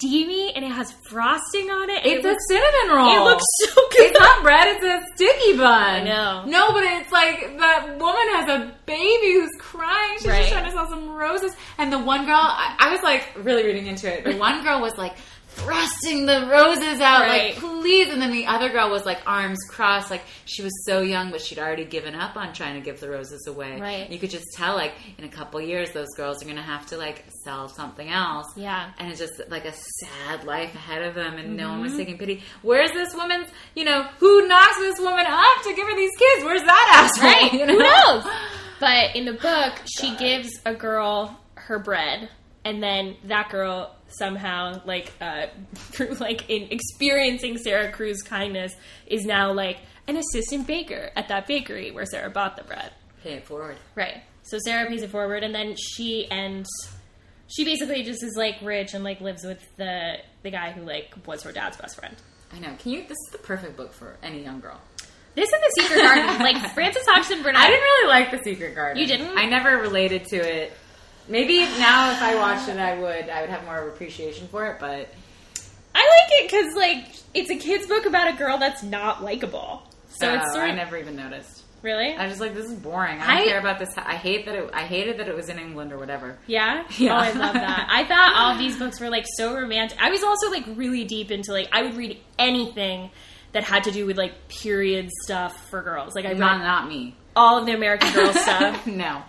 Speaker 3: steamy and it has frosting on it. and
Speaker 2: it's
Speaker 3: it
Speaker 2: a
Speaker 3: looks,
Speaker 2: cinnamon roll.
Speaker 3: it looks so good.
Speaker 2: It's not bread, it's a sticky bun.
Speaker 3: I know.
Speaker 2: No, but it's like that woman has a baby who's crying. She's
Speaker 3: Right.
Speaker 2: just trying to sell some roses. And the one girl, I, I was like really reading into it. The one girl was like thrusting the roses out,
Speaker 3: Right.
Speaker 2: like, please. And then the other girl was like arms crossed, like she was so young, but she'd already given up on trying to give the roses away.
Speaker 3: Right.
Speaker 2: You could just tell, like, in a couple years, those girls are going to have to like sell something else
Speaker 3: yeah,
Speaker 2: and it's just like a sad life ahead of them, and no one was taking pity. Where's this woman's, you know, who knocks this woman up to give her these kids? Where's that asshole?
Speaker 3: right.
Speaker 2: You
Speaker 3: Who
Speaker 2: know?
Speaker 3: knows? But in the book, she gives a girl her bread, and then that girl somehow, like, uh, through like in experiencing Sarah Cruz's kindness, is now like an assistant baker at that bakery where Sarah bought the bread.
Speaker 2: Pay it forward.
Speaker 3: Right. So Sarah pays it forward, and then she and she basically just is like rich and like lives with the the guy who like was her dad's best friend.
Speaker 2: I know. Can you? This is the perfect book for any young girl.
Speaker 3: This is the Secret Garden. Like Frances Hodgson Burnett.
Speaker 2: I didn't really like The Secret Garden.
Speaker 3: You didn't?
Speaker 2: I never related to it. Maybe now if I watched it, I would. I would have more of appreciation for it. But
Speaker 3: I like it because like it's a kid's book about a girl that's not likable. So
Speaker 2: Oh,
Speaker 3: it's sort
Speaker 2: I
Speaker 3: of
Speaker 2: never even noticed.
Speaker 3: really
Speaker 2: I was just like, this is boring. I don't
Speaker 3: I-
Speaker 2: care about this. I hate that. It, I hated that it was in England or whatever.
Speaker 3: Yeah?
Speaker 2: Yeah.
Speaker 3: Oh, I love that. I thought all these books were like so romantic. I was also like really deep into like I would read anything that had to do with like period stuff for girls. Like I read
Speaker 2: Not not me.
Speaker 3: all of the American Girl stuff.
Speaker 2: no.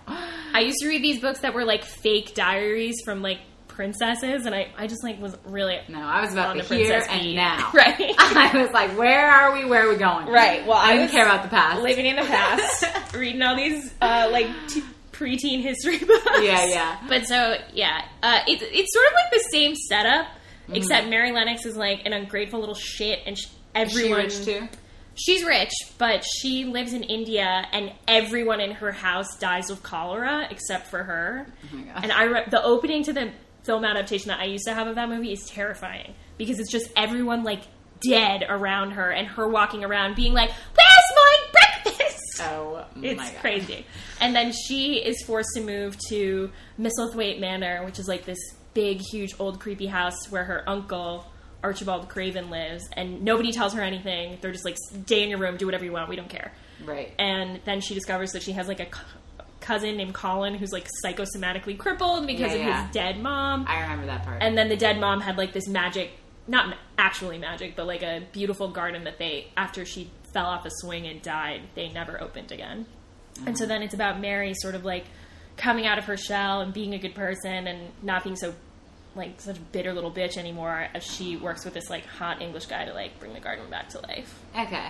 Speaker 3: I used to read these books that were like fake diaries from like princesses, and I, I just like was really
Speaker 2: No, I was
Speaker 3: on
Speaker 2: about
Speaker 3: the
Speaker 2: the here
Speaker 3: princess
Speaker 2: and
Speaker 3: beat.
Speaker 2: now.
Speaker 3: Right.
Speaker 2: I was like, where are we? Where are we going?
Speaker 3: Right, well,
Speaker 2: I
Speaker 3: I
Speaker 2: didn't
Speaker 3: was
Speaker 2: care about the past.
Speaker 3: living in the past, reading all these uh, like t- preteen history books.
Speaker 2: Yeah, yeah.
Speaker 3: But so yeah, uh, it's it's sort of like the same setup, except Mary Lennox is like an ungrateful little shit, and sh everyone
Speaker 2: Mm-hmm. She rich too.
Speaker 3: She's rich, but she lives in India, and everyone in her house dies of cholera except for her.
Speaker 2: Oh my God.
Speaker 3: And I re- the opening to the film adaptation that I used to have of that movie is terrifying because it's just everyone like dead around her, and her walking around being like, "Where's my breakfast?"
Speaker 2: Oh
Speaker 3: It's
Speaker 2: my god.
Speaker 3: crazy. And then she is forced to move to Misselthwaite Manor, which is like this big, huge, old, creepy house where her uncle, Archibald Craven, lives. And nobody tells her anything. They're just like, stay in your room, do whatever you want, we don't care.
Speaker 2: Right.
Speaker 3: And then she discovers that she has like a c- cousin named Colin who's like psychosomatically crippled because
Speaker 2: Yeah,
Speaker 3: of
Speaker 2: yeah.
Speaker 3: his dead mom.
Speaker 2: I remember that part.
Speaker 3: And then the dead mom had like this magic, not ma- actually magic, but like a beautiful garden that they, after she fell off a swing and died, they never opened again. And so then it's about Mary sort of like coming out of her shell and being a good person and not being so like such a bitter little bitch anymore as she works with this like hot English guy to like bring the garden back to life.
Speaker 2: okay.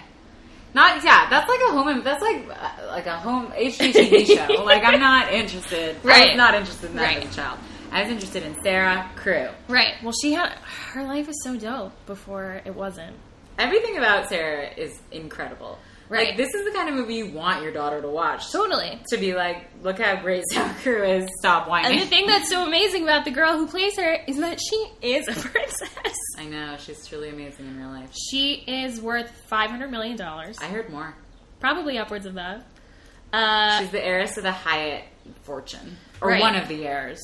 Speaker 2: Not yeah. That's like a home. That's like uh, like a home HGTV show. like I'm not interested. I
Speaker 3: Right.
Speaker 2: was not interested in that
Speaker 3: Right.
Speaker 2: as a child. I was interested in Sarah Crew.
Speaker 3: Right. Well, she had her life was so dope before it wasn't.
Speaker 2: Everything about Sarah is incredible.
Speaker 3: Right.
Speaker 2: Like this is the kind of movie you want your daughter to watch.
Speaker 3: Totally.
Speaker 2: to be like, look how great Sarah Crew is. Stop
Speaker 3: And
Speaker 2: whining.
Speaker 3: the thing that's so amazing about the girl who plays her is that she is a princess.
Speaker 2: I know she's truly amazing in real life.
Speaker 3: She is worth five hundred million dollars,
Speaker 2: I heard more.
Speaker 3: probably upwards of that. Uh,
Speaker 2: She's the heiress of the Hyatt fortune, or
Speaker 3: Right.
Speaker 2: one of the heirs.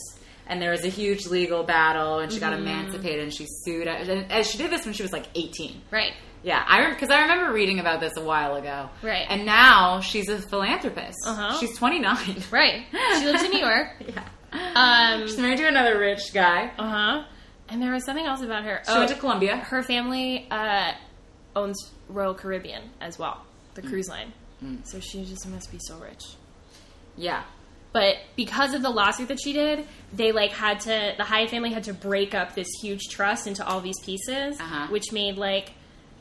Speaker 2: And there was a huge legal battle, and she got
Speaker 3: Mm-hmm.
Speaker 2: emancipated, and she sued. And and she did this when she was like 18.
Speaker 3: right,
Speaker 2: Yeah, I because I remember reading about this a while ago.
Speaker 3: Right.
Speaker 2: And now she's a philanthropist.
Speaker 3: Uh-huh.
Speaker 2: She's 29.
Speaker 3: right. She lives in New York.
Speaker 2: yeah.
Speaker 3: Um,
Speaker 2: She's married to another rich guy.
Speaker 3: uh huh. And there was something else about her. Oh,
Speaker 2: She went to Columbia.
Speaker 3: her family uh, owns Royal Caribbean as well, the
Speaker 2: Mm.
Speaker 3: cruise line. So she just must be so rich.
Speaker 2: Yeah.
Speaker 3: But because of the lawsuit that she did, they like had to the Hyatt family had to break up this huge trust into all these pieces,
Speaker 2: Uh-huh.
Speaker 3: which made like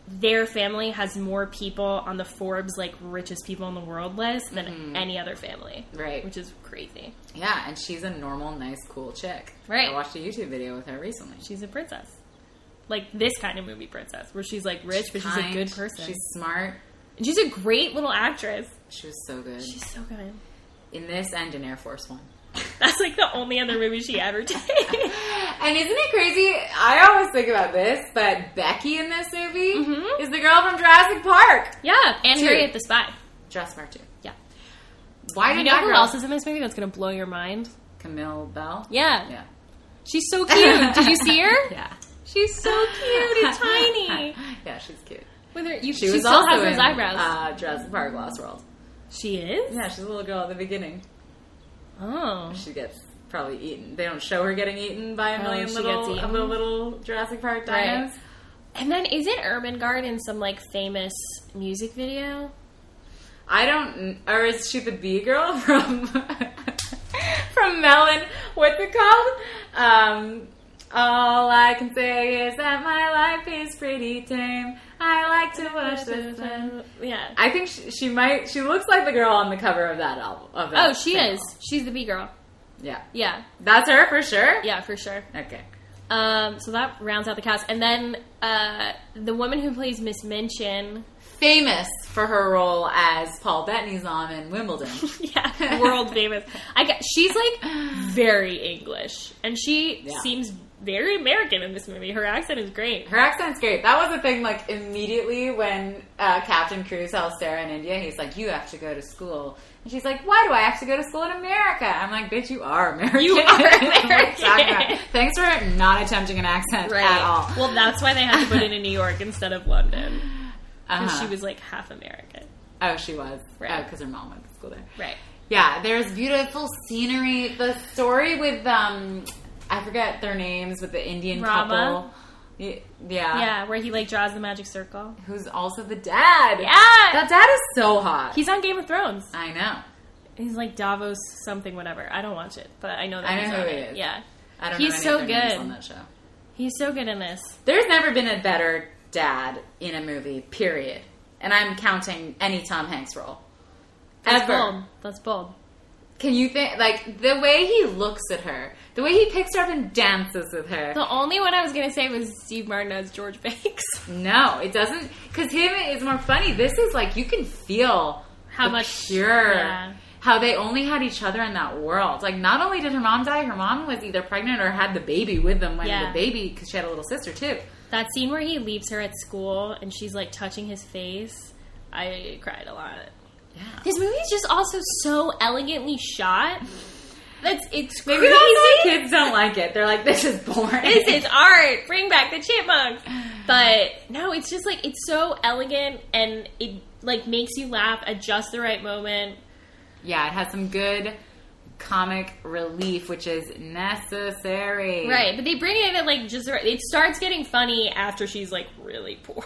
Speaker 3: their family has more people on the Forbes like richest people in the world list than any other family,
Speaker 2: Right.
Speaker 3: Which is crazy.
Speaker 2: Yeah, and she's a normal, nice, cool chick.
Speaker 3: Right.
Speaker 2: I watched a YouTube video with her recently.
Speaker 3: She's a princess, like this kind of movie princess, where she's like rich but she's a
Speaker 2: Kind.
Speaker 3: good person.
Speaker 2: She's smart.
Speaker 3: And she's a great little actress.
Speaker 2: She was so good.
Speaker 3: She's so good.
Speaker 2: in this and in Air Force One.
Speaker 3: That's like the only other movie she ever did.
Speaker 2: And isn't it crazy? I always think about this, but Becky in this movie
Speaker 3: Mhm.
Speaker 2: is the girl from Jurassic Park.
Speaker 3: yeah, and
Speaker 2: Dude.
Speaker 3: Harriet the Spy.
Speaker 2: Jurassic Park 2.
Speaker 3: Yeah.
Speaker 2: Why
Speaker 3: You
Speaker 2: did
Speaker 3: know
Speaker 2: that
Speaker 3: who
Speaker 2: girl?
Speaker 3: else is in this movie that's going to blow your mind?
Speaker 2: Camille Bell.
Speaker 3: Yeah.
Speaker 2: Yeah.
Speaker 3: She's so cute. Did you see her?
Speaker 2: Yeah.
Speaker 3: She's so cute and tiny.
Speaker 2: yeah, she's cute.
Speaker 3: With her, you,
Speaker 2: She,
Speaker 3: she,
Speaker 2: was
Speaker 3: still
Speaker 2: also
Speaker 3: has
Speaker 2: in,
Speaker 3: those eyebrows.
Speaker 2: Uh, Jurassic Park Lost World.
Speaker 3: she is.
Speaker 2: Yeah, she's a little girl at the beginning.
Speaker 3: Oh,
Speaker 2: She gets probably eaten. They don't show her getting eaten by a
Speaker 3: Oh,
Speaker 2: million
Speaker 3: she
Speaker 2: little,
Speaker 3: gets
Speaker 2: a
Speaker 3: eaten?
Speaker 2: little, little Jurassic Park
Speaker 3: Right.
Speaker 2: dinos.
Speaker 3: and then isn't Ermengarde in some like famous music video?
Speaker 2: I don't, kn- or is she the bee girl from from Melon? What's it called? Um, all I can say is that my life is pretty tame. I like to watch the sun.
Speaker 3: Yeah.
Speaker 2: I think she, she might. She looks like the girl on the cover of that album. Of that
Speaker 3: Oh, she
Speaker 2: single.
Speaker 3: is. She's the B girl.
Speaker 2: Yeah,
Speaker 3: Yeah.
Speaker 2: that's her for sure.
Speaker 3: Yeah, for sure.
Speaker 2: Okay.
Speaker 3: Um, so that rounds out the cast, and then uh, the woman who plays Miss Minchin,
Speaker 2: Famous for her role as Paul Bettany's mom in Wimbledon.
Speaker 3: yeah, world famous. I got, she's like very English, and she
Speaker 2: Yeah.
Speaker 3: seems very American in this movie. Her accent is great.
Speaker 2: Her accent's great. That was the thing, like, immediately when uh, Captain Cruz tells Sarah in India, he's like, You have to go to school. And she's like, Why do I have to go to school in America? I'm like, Bitch, you are American.
Speaker 3: You are
Speaker 2: What you
Speaker 3: American.
Speaker 2: talking about? Thanks for not attempting an accent at all.
Speaker 3: Well, that's why they had to put it in New York instead of London because
Speaker 2: Uh-huh.
Speaker 3: she was like half American.
Speaker 2: Oh, she was.
Speaker 3: Right.
Speaker 2: because her mom went to school there.
Speaker 3: Right.
Speaker 2: Yeah, there's beautiful scenery. The story with, um, I forget their names, but the Indian
Speaker 3: Rama?
Speaker 2: couple. Y- Yeah.
Speaker 3: yeah, where he like draws the magic circle.
Speaker 2: Who's also the dad.
Speaker 3: Yeah.
Speaker 2: That dad is so hot.
Speaker 3: He's on Game of Thrones.
Speaker 2: I know.
Speaker 3: He's like Davos something, whatever. I don't watch it, but I know that
Speaker 2: I know
Speaker 3: he's
Speaker 2: who
Speaker 3: on
Speaker 2: he
Speaker 3: it.
Speaker 2: is.
Speaker 3: Yeah,
Speaker 2: I don't
Speaker 3: He's
Speaker 2: know any
Speaker 3: so
Speaker 2: of their names
Speaker 3: good.
Speaker 2: on that show.
Speaker 3: he's so good in this.
Speaker 2: There's never been a better dad in a movie, period. And I'm counting any Tom Hanks role.
Speaker 3: That's
Speaker 2: Ever.
Speaker 3: bold. That's bold.
Speaker 2: Can you think like the way he looks at her, the way he picks her up and dances with her?
Speaker 3: The only one I was gonna say was Steve Martin's George Banks.
Speaker 2: No, it doesn't cuz him is more funny. This is like you can feel
Speaker 3: How
Speaker 2: the
Speaker 3: much-
Speaker 2: pure
Speaker 3: yeah.
Speaker 2: how they only had each other in that world. Like not only did her mom die, her mom was either pregnant or had the baby with them when
Speaker 3: Yeah.
Speaker 2: the baby cuz she had a little sister too.
Speaker 3: that scene where he leaves her at school and she's like touching his face, I cried a lot.
Speaker 2: Yeah.
Speaker 3: This movie is just also so elegantly shot. That's it's
Speaker 2: Maybe that's why
Speaker 3: crazy.
Speaker 2: kids don't like it. They're like, this is boring.
Speaker 3: This is art. Bring back the chipmunks. But no, it's just like it's so elegant and it like makes you laugh at just the right moment.
Speaker 2: yeah, it has some good comic relief, which is necessary.
Speaker 3: Right, but they bring it in at like just the right. It starts getting funny after she's like really poor.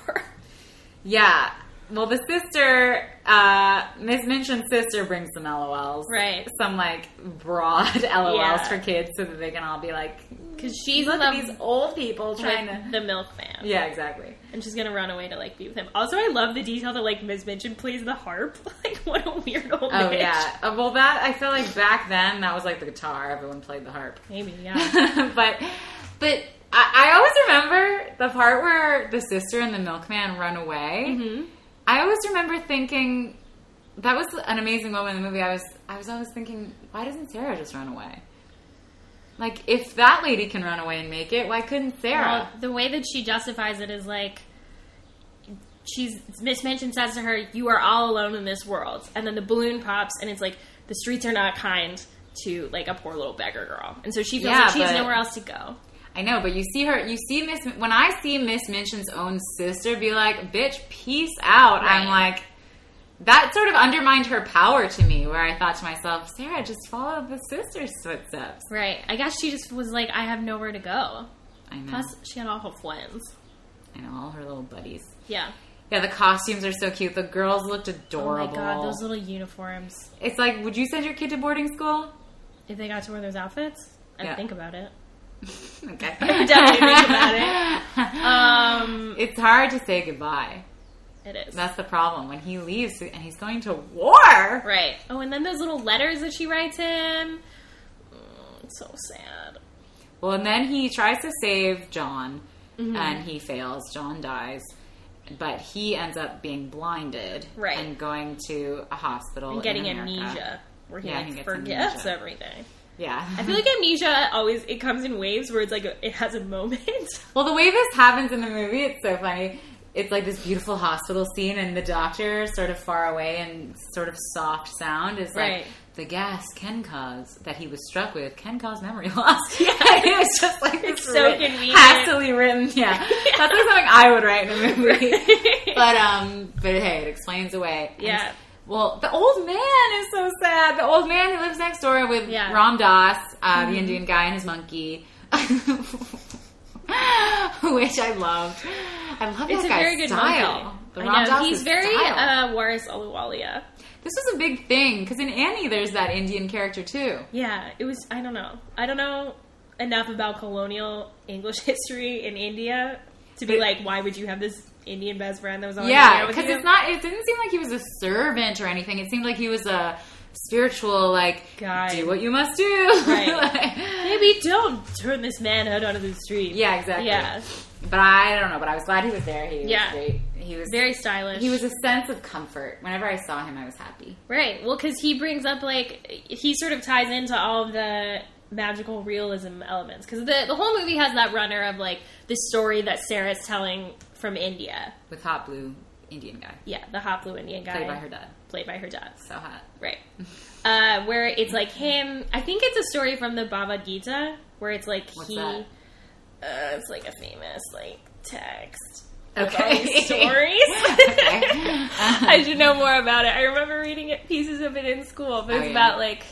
Speaker 2: Yeah. Well, the sister, uh, Miss Minchin's sister brings some LOLs.
Speaker 3: Right.
Speaker 2: Some, like, broad LOLs
Speaker 3: Yeah.
Speaker 2: for kids so that they can all be like,
Speaker 3: Because she's
Speaker 2: look
Speaker 3: in
Speaker 2: at
Speaker 3: love
Speaker 2: these old people trying to.
Speaker 3: with the milkman.
Speaker 2: Yeah, exactly.
Speaker 3: And she's gonna run away to like be with him. Also, I love the detail that like Ms. Minchin plays the harp. Like, what a weird old
Speaker 2: Oh,
Speaker 3: bitch.
Speaker 2: yeah. Uh, well, that, I feel like back then, that was like the guitar. Everyone played the harp.
Speaker 3: Maybe, yeah.
Speaker 2: but but I, I always remember the part where the sister and the milkman run away. I always remember thinking that was an amazing moment in the movie. I was I was always thinking, why doesn't Sarah just run away? Like if that lady can run away and make it, why couldn't Sarah?
Speaker 3: Well, the way that she justifies it is like she's Miss Minchin says to her, "You are all alone in this world," and then the balloon pops, and it's like the streets are not kind to like a poor little beggar girl, and so she feels
Speaker 2: Yeah,
Speaker 3: like she has
Speaker 2: but-
Speaker 3: nowhere else to go.
Speaker 2: I know, but you see her, you see Miss. When I see Miss Minchin's own sister be like, "Bitch, peace out," I'm
Speaker 3: Right.
Speaker 2: like, that sort of undermined her power to me. Where I thought to myself, Sarah, just follow the sister's footsteps.
Speaker 3: Right. I guess she just was like, "I have nowhere to go."
Speaker 2: I know.
Speaker 3: Plus, she had awful friends.
Speaker 2: I know all her little buddies.
Speaker 3: Yeah.
Speaker 2: Yeah, the costumes are so cute. The girls looked
Speaker 3: Oh
Speaker 2: adorable.
Speaker 3: my god, those little uniforms.
Speaker 2: it's like, would you send your kid to boarding school?
Speaker 3: If they got to wear those outfits, I'd
Speaker 2: Yeah.
Speaker 3: think about it.
Speaker 2: Okay.
Speaker 3: Definitely think about it. Um,
Speaker 2: It's hard to say goodbye.
Speaker 3: it is.
Speaker 2: That's the problem. When he leaves and he's going to war.
Speaker 3: Right. Oh, and then those little letters that she writes him. Mm, it's so sad.
Speaker 2: Well, and then he tries to save John
Speaker 3: Mm-hmm.
Speaker 2: and he fails. John dies. But he ends up being blinded
Speaker 3: Right.
Speaker 2: and going to a hospital
Speaker 3: And getting
Speaker 2: in America.
Speaker 3: amnesia, where he
Speaker 2: Yeah, he
Speaker 3: like
Speaker 2: gets
Speaker 3: forgets
Speaker 2: amnesia.
Speaker 3: everything.
Speaker 2: Yeah.
Speaker 3: I feel like amnesia always it comes in waves where it's like a, it has a moment.
Speaker 2: Well, the way this happens in the movie, it's so funny. it's like this beautiful hospital scene, and the doctor, sort of far away and sort of soft sound, is like
Speaker 3: Right.
Speaker 2: the gas can cause that he was struck with can cause memory loss. Yeah, it was just like
Speaker 3: It's
Speaker 2: this
Speaker 3: so
Speaker 2: writ-
Speaker 3: convenient.
Speaker 2: hastily written. Yeah, that's like something I would write in a movie. but um, but hey, it explains away. And
Speaker 3: Yeah.
Speaker 2: well, the old man is so sad. The old man who lives next door with
Speaker 3: Yeah. Mm-hmm.
Speaker 2: Ram Das, uh, the Indian guy and his monkey, which I loved. I love
Speaker 3: It's
Speaker 2: that
Speaker 3: a
Speaker 2: guy's
Speaker 3: very good
Speaker 2: style.
Speaker 3: monkey.
Speaker 2: The
Speaker 3: I
Speaker 2: Ram
Speaker 3: know.
Speaker 2: Dass
Speaker 3: He's
Speaker 2: is
Speaker 3: very
Speaker 2: style.
Speaker 3: uh, Waris Aluwalia.
Speaker 2: this was a big thing because in Annie there's that Indian character too.
Speaker 3: Yeah, it was. I don't know. I don't know enough about colonial English history in India to be
Speaker 2: But-
Speaker 3: like, why would you have this Indian best friend that was on?
Speaker 2: Yeah,
Speaker 3: India Oh, with
Speaker 2: because
Speaker 3: you?
Speaker 2: it's not. It didn't seem like he was a servant or anything. It seemed like he was a spiritual, like
Speaker 3: Guide.
Speaker 2: do what you must do.
Speaker 3: Right.
Speaker 2: Like-
Speaker 3: Maybe don't turn this man out onto the street.
Speaker 2: yeah, exactly.
Speaker 3: yeah,
Speaker 2: But I don't know. But I was glad he was there. He was
Speaker 3: Yeah.
Speaker 2: great. He was
Speaker 3: very stylish.
Speaker 2: He was a sense of comfort. Whenever I saw him, I was happy.
Speaker 3: right. Well, because he brings up like he sort of ties into all of the magical realism elements because the the whole movie has that runner of like the story that Sarah's telling from India.
Speaker 2: With hot blue Indian guy
Speaker 3: Yeah, the hot blue Indian guy
Speaker 2: played by her dad.
Speaker 3: played by her dad.
Speaker 2: So hot.
Speaker 3: Right. Uh, where it's like him. I think it's a story from the Bhagavad Gita where it's like
Speaker 2: What's
Speaker 3: he.
Speaker 2: that?
Speaker 3: Uh, it's like a famous like text. with all
Speaker 2: Okay.
Speaker 3: these stories. I should know more about it. I remember reading it, pieces of it in school, but
Speaker 2: Oh,
Speaker 3: it's
Speaker 2: yeah.
Speaker 3: about like,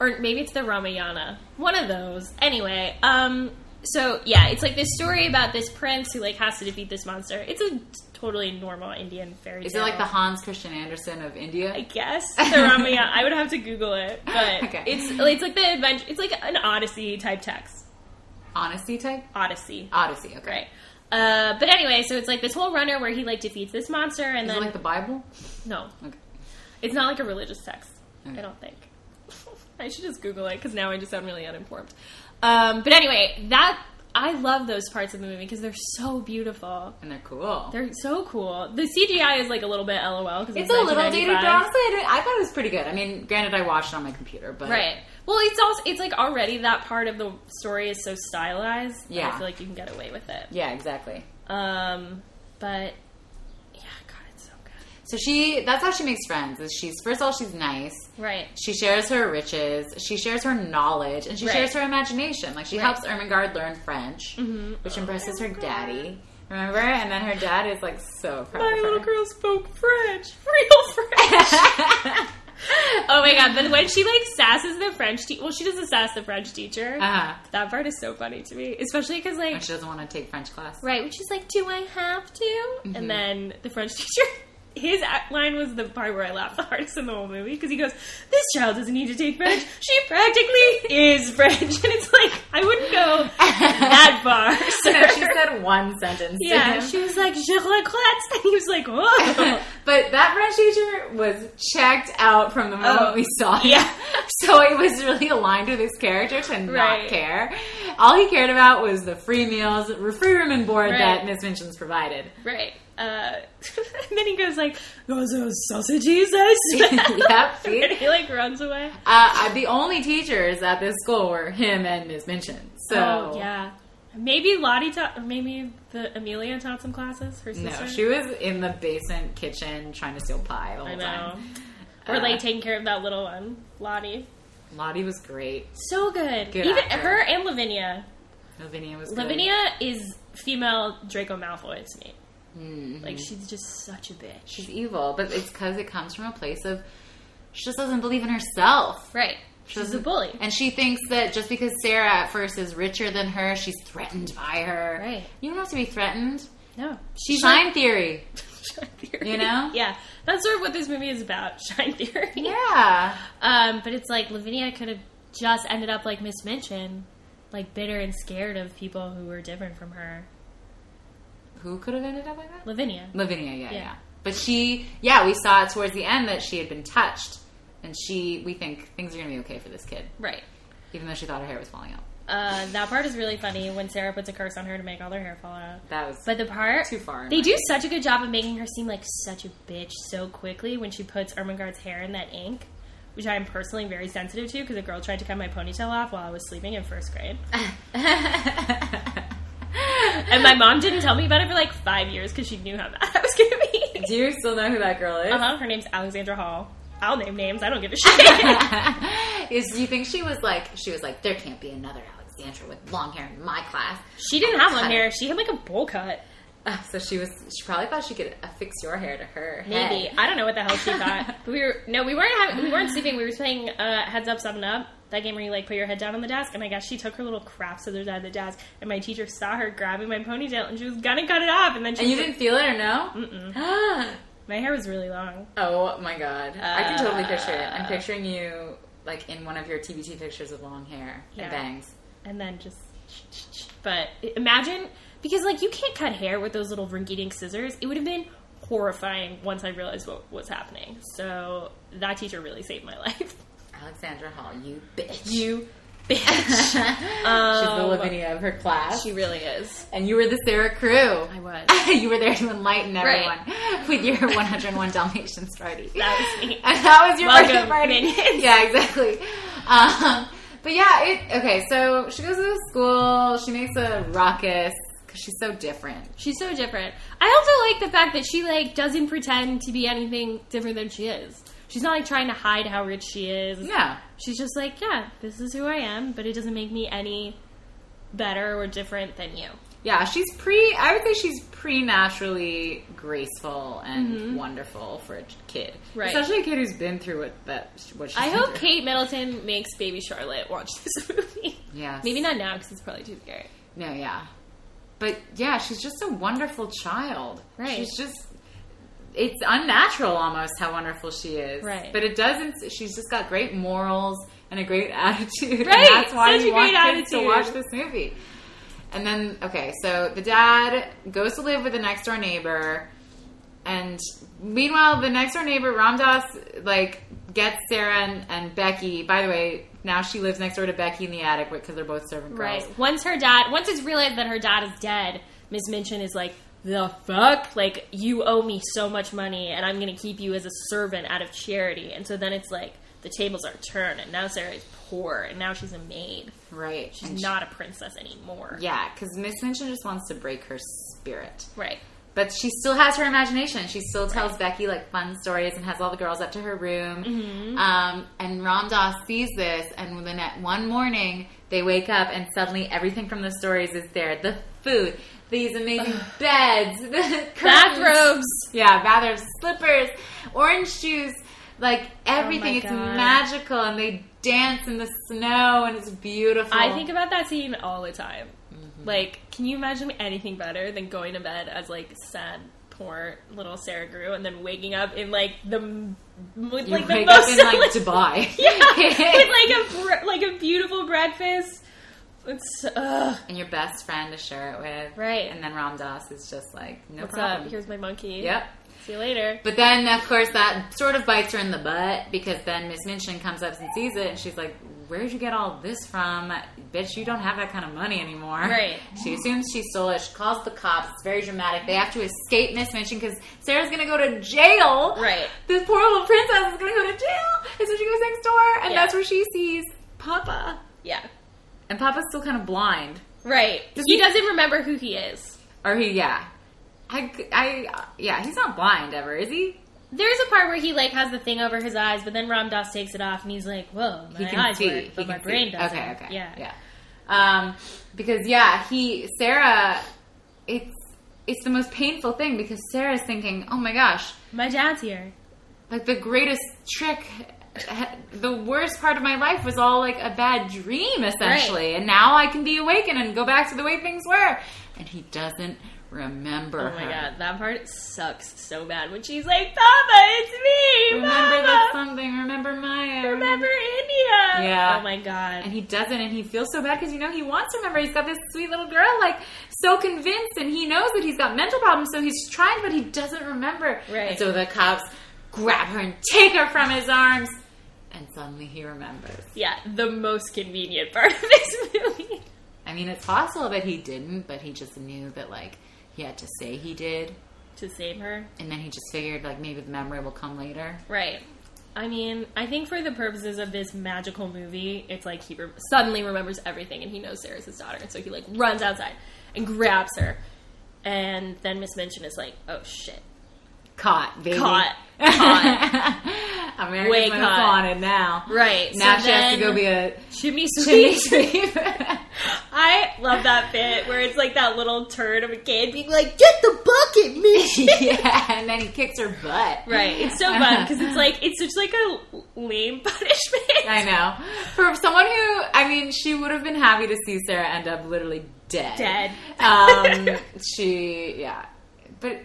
Speaker 3: or maybe it's the Ramayana, one of those. Anyway, um, so yeah, it's like this story about this prince who like has to defeat this monster. It's a totally normal Indian fairy tale.
Speaker 2: Is it like the Hans Christian Andersen of India?
Speaker 3: I guess the Ramayana. I would have to Google it, but
Speaker 2: Okay.
Speaker 3: it's it's like the adventure. It's like an Odyssey type text.
Speaker 2: Honesty type?
Speaker 3: Odyssey,
Speaker 2: Odyssey, okay.
Speaker 3: right? Uh, but anyway, so it's like this whole runner where he like defeats this monster, and
Speaker 2: Is
Speaker 3: then
Speaker 2: it like the Bible?
Speaker 3: no,
Speaker 2: Okay.
Speaker 3: it's not like a religious text.
Speaker 2: Okay.
Speaker 3: I don't think. I should just Google it because now I just sound really uninformed. Um, but anyway, that I love those parts of the movie because they're so beautiful.
Speaker 2: And they're cool.
Speaker 3: They're so cool. The CGI is like a little bit LOL because
Speaker 2: it's a little dated, but
Speaker 3: 1995.
Speaker 2: honestly, I, didn't- I thought it was pretty good. I mean, granted, I watched it on my computer, but
Speaker 3: Right. Well, it's also it's like already that part of the story is so stylized. that
Speaker 2: Yeah.
Speaker 3: I feel like you can get away with it.
Speaker 2: yeah, exactly.
Speaker 3: Um, but yeah, God, it's so good.
Speaker 2: So she, that's how she makes friends. Is she's first of all, she's nice.
Speaker 3: Right.
Speaker 2: She shares her riches, she shares her knowledge, and she
Speaker 3: Right. Mm-hmm.
Speaker 2: shares her imagination. Like, she helps Ermengarde learn French, which impresses her daddy. Remember? And then her dad is like so proud of her.
Speaker 3: girl spoke French, real French. oh my God! But when she like sasses the French, te- well, she doesn't sass the French teacher.
Speaker 2: Uh-huh.
Speaker 3: That part is so funny to me, especially because like
Speaker 2: And she doesn't want to take French class.
Speaker 3: Right, which is like, do I have to?
Speaker 2: Mm-hmm.
Speaker 3: And then the French teacher, his act- line was the part where I laughed the hardest in the whole movie because he goes, "This child doesn't need to take French. She practically is French." And it's like, I wouldn't go that far,
Speaker 2: No, she
Speaker 3: sir.
Speaker 2: said one sentence. to
Speaker 3: yeah,
Speaker 2: him.
Speaker 3: she was like, "Je regrette," and he was like, "Whoa."
Speaker 2: but that French teacher was checked out from the moment
Speaker 3: Oh,
Speaker 2: we saw him.
Speaker 3: yeah.
Speaker 2: So it was really aligned with his character to not
Speaker 3: Right.
Speaker 2: care. All he cared about was the free meals, free room and board
Speaker 3: Right.
Speaker 2: that Miss Minchin's provided.
Speaker 3: Right. Uh, and then he goes like, "Those are sausages." I smell."
Speaker 2: Yep, see?
Speaker 3: And he like runs away.
Speaker 2: Uh, I- the only teachers at this school were him and Miss Minchin. So
Speaker 3: oh, yeah. Maybe Lottie taught, or maybe the Amelia taught some classes. Her sister.
Speaker 2: no, she was in the basement kitchen trying to steal pie the whole
Speaker 3: I know.
Speaker 2: time.
Speaker 3: Or
Speaker 2: Uh,
Speaker 3: like taking care of that little one, Lottie.
Speaker 2: Lottie was great.
Speaker 3: So good.
Speaker 2: Good
Speaker 3: Even
Speaker 2: actor.
Speaker 3: her and Lavinia.
Speaker 2: Lavinia was good.
Speaker 3: Lavinia is female Draco Malfoy to me.
Speaker 2: Mm-hmm.
Speaker 3: Like she's just such a bitch.
Speaker 2: Mm. She's evil, but it's because it comes from a place of she just doesn't believe in herself.
Speaker 3: Right.
Speaker 2: She
Speaker 3: She's a
Speaker 2: doesn't-
Speaker 3: bully.
Speaker 2: And she thinks that just because Sarah at first is richer than her, she's threatened by her.
Speaker 3: Right.
Speaker 2: You don't have to be threatened.
Speaker 3: no.
Speaker 2: Shine
Speaker 3: She's like-
Speaker 2: theory.
Speaker 3: Shine theory.
Speaker 2: You know?
Speaker 3: Yeah. That's sort of what this movie is about, Shine Theory.
Speaker 2: Yeah.
Speaker 3: Um, but it's like Lavinia could have just ended up like Miss Minchin, like bitter and scared of people who were different from her.
Speaker 2: Who could have ended up like that?
Speaker 3: Lavinia.
Speaker 2: Lavinia, yeah, yeah,
Speaker 3: Yeah.
Speaker 2: But she, yeah, we saw it towards the end that she had been touched, and she, we think things are going to be okay for this kid,
Speaker 3: Right.
Speaker 2: even though she thought her hair was falling out.
Speaker 3: Uh, that part is really funny when Sarah puts a curse on her to make all their hair fall out.
Speaker 2: That was
Speaker 3: But the part
Speaker 2: Too far in
Speaker 3: they
Speaker 2: my-
Speaker 3: do such a good job of making her seem like such a bitch so quickly when she puts Ermengarde's hair in that ink, which I am personally very sensitive to because a girl tried to cut my ponytail off while I was sleeping in first grade. and my mom didn't tell me about it for like five years because she knew how bad I was gonna be.
Speaker 2: Do you still know who that girl is?
Speaker 3: Uh-huh, her name's Alexandra Hall. I'll name names. I don't give a shit.
Speaker 2: is do you think she was like she was like there can't be another Alexandra with long hair in my class?
Speaker 3: she didn't have long hair. She had like a bowl cut.
Speaker 2: Uh, so she was she probably thought she could affix your hair to her
Speaker 3: Maybe
Speaker 2: head.
Speaker 3: I don't know what the hell she thought. But we were no, we weren't having, we weren't sleeping. We were playing uh, Heads Up, Seven Up. That game where you like put your head down on the desk. And I guess she took her little crap scissors out of the desk. And my teacher saw her grabbing my ponytail, and she was gonna cut it off. And then she
Speaker 2: And you
Speaker 3: was
Speaker 2: didn't feel it or no?
Speaker 3: like, Mm-mm. my hair was really long.
Speaker 2: oh my god. I can totally picture it.
Speaker 3: Uh.
Speaker 2: I'm picturing you like in one of your TBT pictures of long hair
Speaker 3: Yeah.
Speaker 2: and bangs.
Speaker 3: and then just but imagine because like you can't cut hair with those little rinky-dink scissors it would have been horrifying once i realized what was happening so that teacher really saved my life
Speaker 2: Alexandra Hall, you bitch.
Speaker 3: you bitch
Speaker 2: She's the
Speaker 3: Um,
Speaker 2: Lavinia of her class.
Speaker 3: she really is
Speaker 2: and you were the Sarah Crew.
Speaker 3: i was
Speaker 2: you were there to enlighten everyone
Speaker 3: Right.
Speaker 2: with your 101 Dalmatians party.
Speaker 3: That was me.
Speaker 2: And that was your
Speaker 3: Welcome,
Speaker 2: birthday party.
Speaker 3: minions.
Speaker 2: Yeah, exactly. Um, but yeah, it okay. So she goes to this school. She makes a ruckus because she's so different.
Speaker 3: she's so different i also like the fact that she like doesn't pretend to be anything different than she is she's not like trying to hide how rich she is
Speaker 2: Yeah,
Speaker 3: She's just like, yeah, this is who I am, but it doesn't make me any better or different than you.
Speaker 2: yeah. She's pre. I would say she's pre naturally graceful and wonderful for a kid,
Speaker 3: Mm-hmm. Right.
Speaker 2: Especially a kid who's been through what that what she's
Speaker 3: I
Speaker 2: been
Speaker 3: hope
Speaker 2: through.
Speaker 3: Kate Middleton makes Baby Charlotte watch this movie.
Speaker 2: Yes.
Speaker 3: Maybe not now because it's probably too scary.
Speaker 2: No, yeah. But yeah, she's just a wonderful child.
Speaker 3: Right.
Speaker 2: She's just it's unnatural almost how wonderful she is.
Speaker 3: Right.
Speaker 2: But it doesn't she's just got great morals and a great attitude. And
Speaker 3: Right,
Speaker 2: that's why
Speaker 3: such
Speaker 2: you
Speaker 3: a
Speaker 2: want
Speaker 3: great
Speaker 2: kids to
Speaker 3: attitude.
Speaker 2: watch this movie. And then okay, so the dad goes to live with the next door neighbor and meanwhile the next door neighbor, Ramdas, like gets Sarah and, and Becky. By the way, now she lives next door to Becky in the attic because they're both servant girls.
Speaker 3: Right. Once her dad, once it's realized that her dad is dead, Miss Minchin is like, the fuck? Like, you owe me so much money and I'm going to keep you as a servant out of charity. And so then it's like, the tables are turned and now Sarah is poor and now she's a maid.
Speaker 2: Right.
Speaker 3: She's
Speaker 2: And she-
Speaker 3: not a princess anymore.
Speaker 2: Yeah, because Miss Minchin just wants to break her spirit.
Speaker 3: Right.
Speaker 2: But she still has her imagination. She still tells Becky like fun stories and has all the girls up to her room.
Speaker 3: Mm-hmm.
Speaker 2: Um, and Ram Dass sees this, and then at one morning they wake up, and suddenly everything from the stories is there: the food, these amazing beds, the curtains.
Speaker 3: Bathrobes.
Speaker 2: yeah, bathrobes, slippers, orange juice, like everything. it's
Speaker 3: God.
Speaker 2: magical, and they dance in the snow, and it's beautiful.
Speaker 3: I think about that scene all the time.
Speaker 2: Mm-hmm.
Speaker 3: Like, can you imagine anything better than going to bed as like sad, poor little Sarah Grew, and then waking up in like the m- with,
Speaker 2: you
Speaker 3: like the
Speaker 2: wake up
Speaker 3: most
Speaker 2: in like Dubai.
Speaker 3: with like a bre- like a beautiful breakfast. It's ugh.
Speaker 2: and your best friend to share it with.
Speaker 3: Right.
Speaker 2: And then Ram Dass is just like, no
Speaker 3: What's
Speaker 2: problem.
Speaker 3: up? Here's my monkey.
Speaker 2: yep.
Speaker 3: See you later.
Speaker 2: But then, of course, that sort of bites her in the butt because then Miss Minchin comes up and sees it and she's like, Where'd you get all this from? Bitch, you don't have that kind of money anymore.
Speaker 3: Right.
Speaker 2: She assumes she stole it. She calls the cops. It's very dramatic. They have to escape Miss Minchin because Sarah's going to go to jail.
Speaker 3: Right.
Speaker 2: This poor little princess is going to go to jail. And so she goes next door and
Speaker 3: Yeah.
Speaker 2: that's where she sees Papa.
Speaker 3: Yeah.
Speaker 2: And Papa's still kind of blind.
Speaker 3: Right. He doesn't remember who he is.
Speaker 2: Or he, yeah. I, I, yeah, he's not blind ever, is he?
Speaker 3: There's a part where he like has the thing over his eyes, but then Ram Dass takes it off, and he's like, "Whoa, my
Speaker 2: He
Speaker 3: eyes work, but my brain doesn't."
Speaker 2: Okay, okay.
Speaker 3: Yeah.
Speaker 2: Yeah. Um, because, yeah, he, Sarah, it's, it's the most painful thing because Sarah's thinking, oh my gosh,
Speaker 3: My dad's here.
Speaker 2: like the greatest trick, the worst part of my life was all like a bad dream, essentially. And now I can be awakened and go back to the way things were. And he doesn't remember
Speaker 3: Oh my
Speaker 2: her.
Speaker 3: god, that part sucks so bad when she's like, "Papa, it's me,
Speaker 2: Remember
Speaker 3: Mama.
Speaker 2: that something. Remember Maya.
Speaker 3: remember India."
Speaker 2: Yeah.
Speaker 3: Oh my god.
Speaker 2: and he doesn't and he feels so bad because you know he wants to remember he's got this sweet little girl like so convinced and he knows that he's got mental problems so he's trying but he doesn't remember
Speaker 3: Right.
Speaker 2: and so the cops grab her and take her from his arms and suddenly he remembers
Speaker 3: yeah, the most convenient part of this movie.
Speaker 2: i mean it's possible that he didn't but he just knew that like he had to say he did
Speaker 3: To save her.
Speaker 2: and then he just figured like maybe the memory will come later
Speaker 3: Right. I mean, I think for the purposes of this magical movie, it's like he re- suddenly remembers everything and he knows Sarah's his daughter, and so he like runs outside and grabs her and then Miss Minchin is like, "Oh shit,
Speaker 2: Caught, baby.
Speaker 3: caught, caught."
Speaker 2: America's
Speaker 3: Way
Speaker 2: Most
Speaker 3: caught.
Speaker 2: Wanted now.
Speaker 3: right
Speaker 2: Now
Speaker 3: so
Speaker 2: she has to
Speaker 3: then-
Speaker 2: go be a
Speaker 3: chimney
Speaker 2: chimney
Speaker 3: sweep.
Speaker 2: sweep.
Speaker 3: I love that bit where it's like that little turd of a kid being like, "Get the bucket, Minchin."
Speaker 2: yeah, and then he kicks her butt. Uh-huh.
Speaker 3: Right. It's so fun because it's like it's such like a lame punishment.
Speaker 2: I know. For someone who, I mean, she would have been happy to see Sarah end up literally dead.
Speaker 3: Dead.
Speaker 2: Um, she, yeah. But,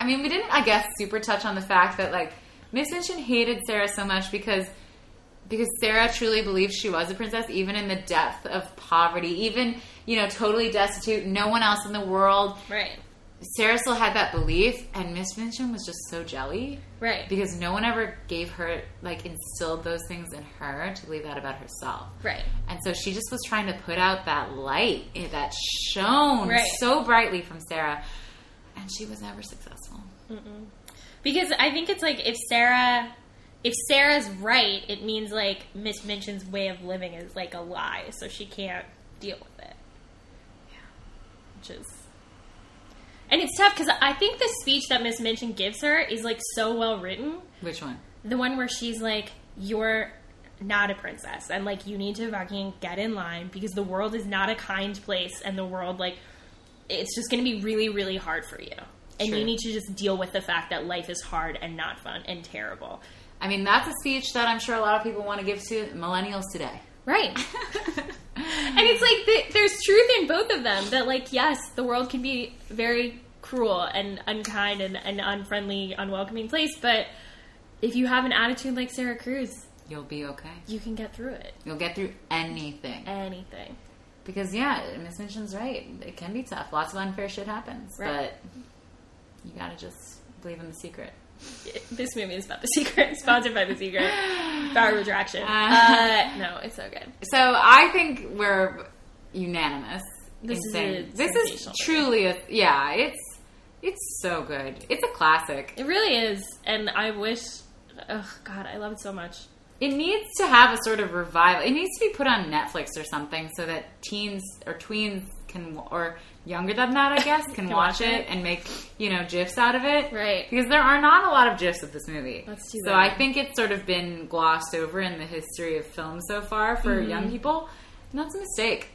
Speaker 2: I mean, we didn't, I guess, super touch on the fact that, like, Miss Minchin hated Sarah so much because. Because Sarah truly believed she was a princess, even in the depth of poverty, even, you know, totally destitute, no one else in the world.
Speaker 3: Right.
Speaker 2: Sarah still had that belief, and Miss Minchin was just so jelly
Speaker 3: Right.
Speaker 2: because no one ever gave her like instilled those things in her to believe that about herself
Speaker 3: Right.
Speaker 2: and so she just was trying to put out that light eh, that shone
Speaker 3: Right.
Speaker 2: so brightly from sarah and she was never successful
Speaker 3: Because I think it's like if Sarah if Sarah's right, it means like Miss Minchin's way of living is like a lie, so she can't deal with it. Yeah. Which is And it's tough because I think the speech that Miss Minchin gives her is like so well written.
Speaker 2: which one
Speaker 3: The one where she's like, You're not a princess and like you need to fucking get in line because the world is not a kind place and the world like it's just gonna be really, really hard for you. And
Speaker 2: Sure.
Speaker 3: you need to just deal with the fact that life is hard and not fun and terrible.
Speaker 2: i mean that's a speech that i'm sure a lot of people want to give to millennials today
Speaker 3: Right. and it's like th- there's truth in both of them that like yes, the world can be very cruel and unkind and an unfriendly, unwelcoming place, but if you have an attitude like Sarah Cruz,
Speaker 2: you'll be okay
Speaker 3: you can get through it.
Speaker 2: you'll get through anything
Speaker 3: Anything.
Speaker 2: because yeah miss minchin's right it can be tough lots of unfair shit happens
Speaker 3: Right.
Speaker 2: but you gotta just believe in the secret
Speaker 3: This movie is about the secret, sponsored by the secret. Power retraction.
Speaker 2: Uh,
Speaker 3: Uh, no, it's so good.
Speaker 2: So I think we're unanimous.
Speaker 3: This
Speaker 2: in
Speaker 3: is
Speaker 2: saying-
Speaker 3: a
Speaker 2: this
Speaker 3: sensational
Speaker 2: is truly a yeah. It's it's so good. It's a classic.
Speaker 3: It really is, and I wish. Oh God, I love it so much.
Speaker 2: It needs to have a sort of revival. It needs to be put on Netflix or something so that teens or tweens can or younger than that, I guess, can
Speaker 3: Can
Speaker 2: watch
Speaker 3: watch
Speaker 2: it and make you know gifs out of it.
Speaker 3: Right.
Speaker 2: Because there are not a lot of gifs of this movie.
Speaker 3: That's too
Speaker 2: so
Speaker 3: bad.
Speaker 2: I think it's sort of been glossed over in the history of film so far for
Speaker 3: Mm-hmm.
Speaker 2: young people, and that's a mistake.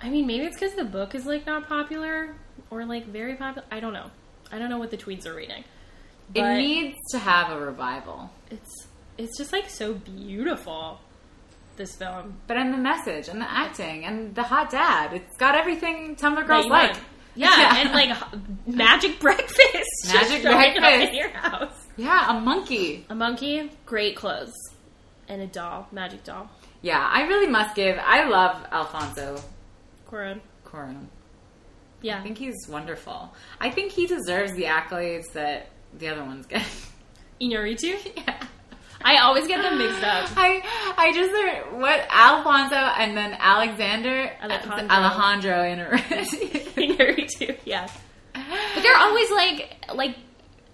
Speaker 3: I mean, maybe it's because the book is like not popular or like very popular. I don't know. I don't know what the tweens are reading.
Speaker 2: it
Speaker 3: But-
Speaker 2: needs to have a revival.
Speaker 3: It's it's just like so beautiful. This film.
Speaker 2: But and the message and the acting and the hot dad. It's got everything Tumblr girls
Speaker 3: that you
Speaker 2: like.
Speaker 3: want. Yeah, and like h- magic breakfast. just
Speaker 2: Magic
Speaker 3: showing up
Speaker 2: breakfast.
Speaker 3: in your house.
Speaker 2: yeah, a monkey.
Speaker 3: A monkey, great clothes, and a doll, magic doll.
Speaker 2: Yeah, I really must give. I love Alfonso
Speaker 3: Coron.
Speaker 2: Cuarón.
Speaker 3: Yeah.
Speaker 2: I think he's wonderful. I think he deserves the accolades that the other ones get.
Speaker 3: Inuritu? I always get them mixed up.
Speaker 2: I I just uh, what Alfonso and then Alexander uh,
Speaker 3: Alejandro.
Speaker 2: Alejandro in a
Speaker 3: Inuritu, yeah. But they're always like like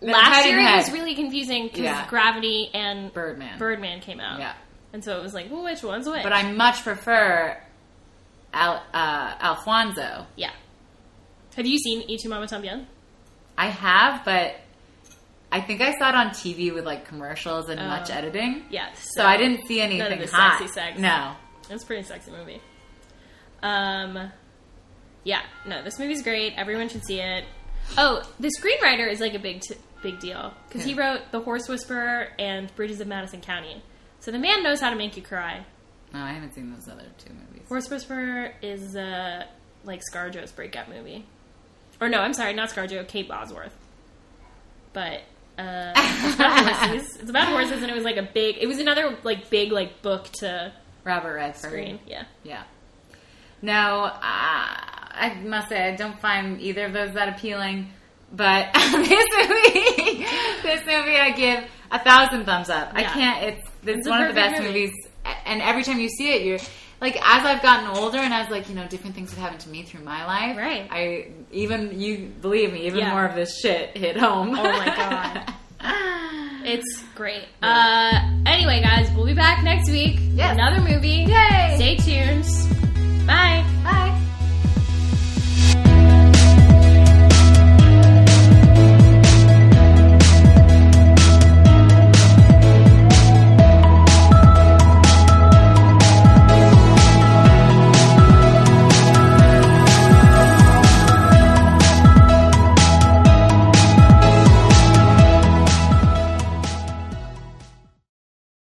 Speaker 3: last
Speaker 2: head
Speaker 3: year
Speaker 2: and
Speaker 3: it was
Speaker 2: head.
Speaker 3: really confusing because
Speaker 2: Yeah.
Speaker 3: Gravity and
Speaker 2: Birdman.
Speaker 3: Birdman came out.
Speaker 2: Yeah.
Speaker 3: And so it was like, well, which one's which?
Speaker 2: But I much prefer Al, uh, Alfonso.
Speaker 3: yeah. Have you seen Ichi Mama Tambien?
Speaker 2: I have, but I think I saw it on TV with like commercials and much
Speaker 3: Oh.
Speaker 2: editing.
Speaker 3: Yeah.
Speaker 2: So I didn't see anything
Speaker 3: None of the
Speaker 2: hot.
Speaker 3: sexy sex.
Speaker 2: No.
Speaker 3: It's a pretty sexy movie. Um, yeah, no, this movie's great. Everyone should see it. Oh, the screenwriter is like a big t- big deal because he
Speaker 2: Yeah.
Speaker 3: wrote The Horse Whisperer and Bridges of Madison County. So the man knows how to make you cry.
Speaker 2: No, I haven't seen those other two movies.
Speaker 3: Horse Whisperer is uh, like ScarJo's breakup movie, or no, I'm sorry, not ScarJo, Kate Bosworth. But uh, it's about horses. It's about horses, and it was like a big. It was another like big like book to
Speaker 2: Robert Redford.
Speaker 3: screen. Yeah.
Speaker 2: Yeah. No, uh, I must say I don't find either of those that appealing. But this movie, this movie, I give a thousand thumbs up. I
Speaker 3: Yeah.
Speaker 2: can't. It's this is
Speaker 3: a
Speaker 2: one of the
Speaker 3: perfect
Speaker 2: best
Speaker 3: movie.
Speaker 2: movies, and every time you see it, you're like, as I've gotten older, and as like you know, different things have happened to me through my life.
Speaker 3: Right.
Speaker 2: I even you believe me, even
Speaker 3: Yeah.
Speaker 2: more of this shit hit home.
Speaker 3: Oh my god. It's great. Uh, anyway, guys, we'll be back next week.
Speaker 2: Yes.
Speaker 3: Another movie.
Speaker 2: Yay!
Speaker 3: Stay tuned. Bye.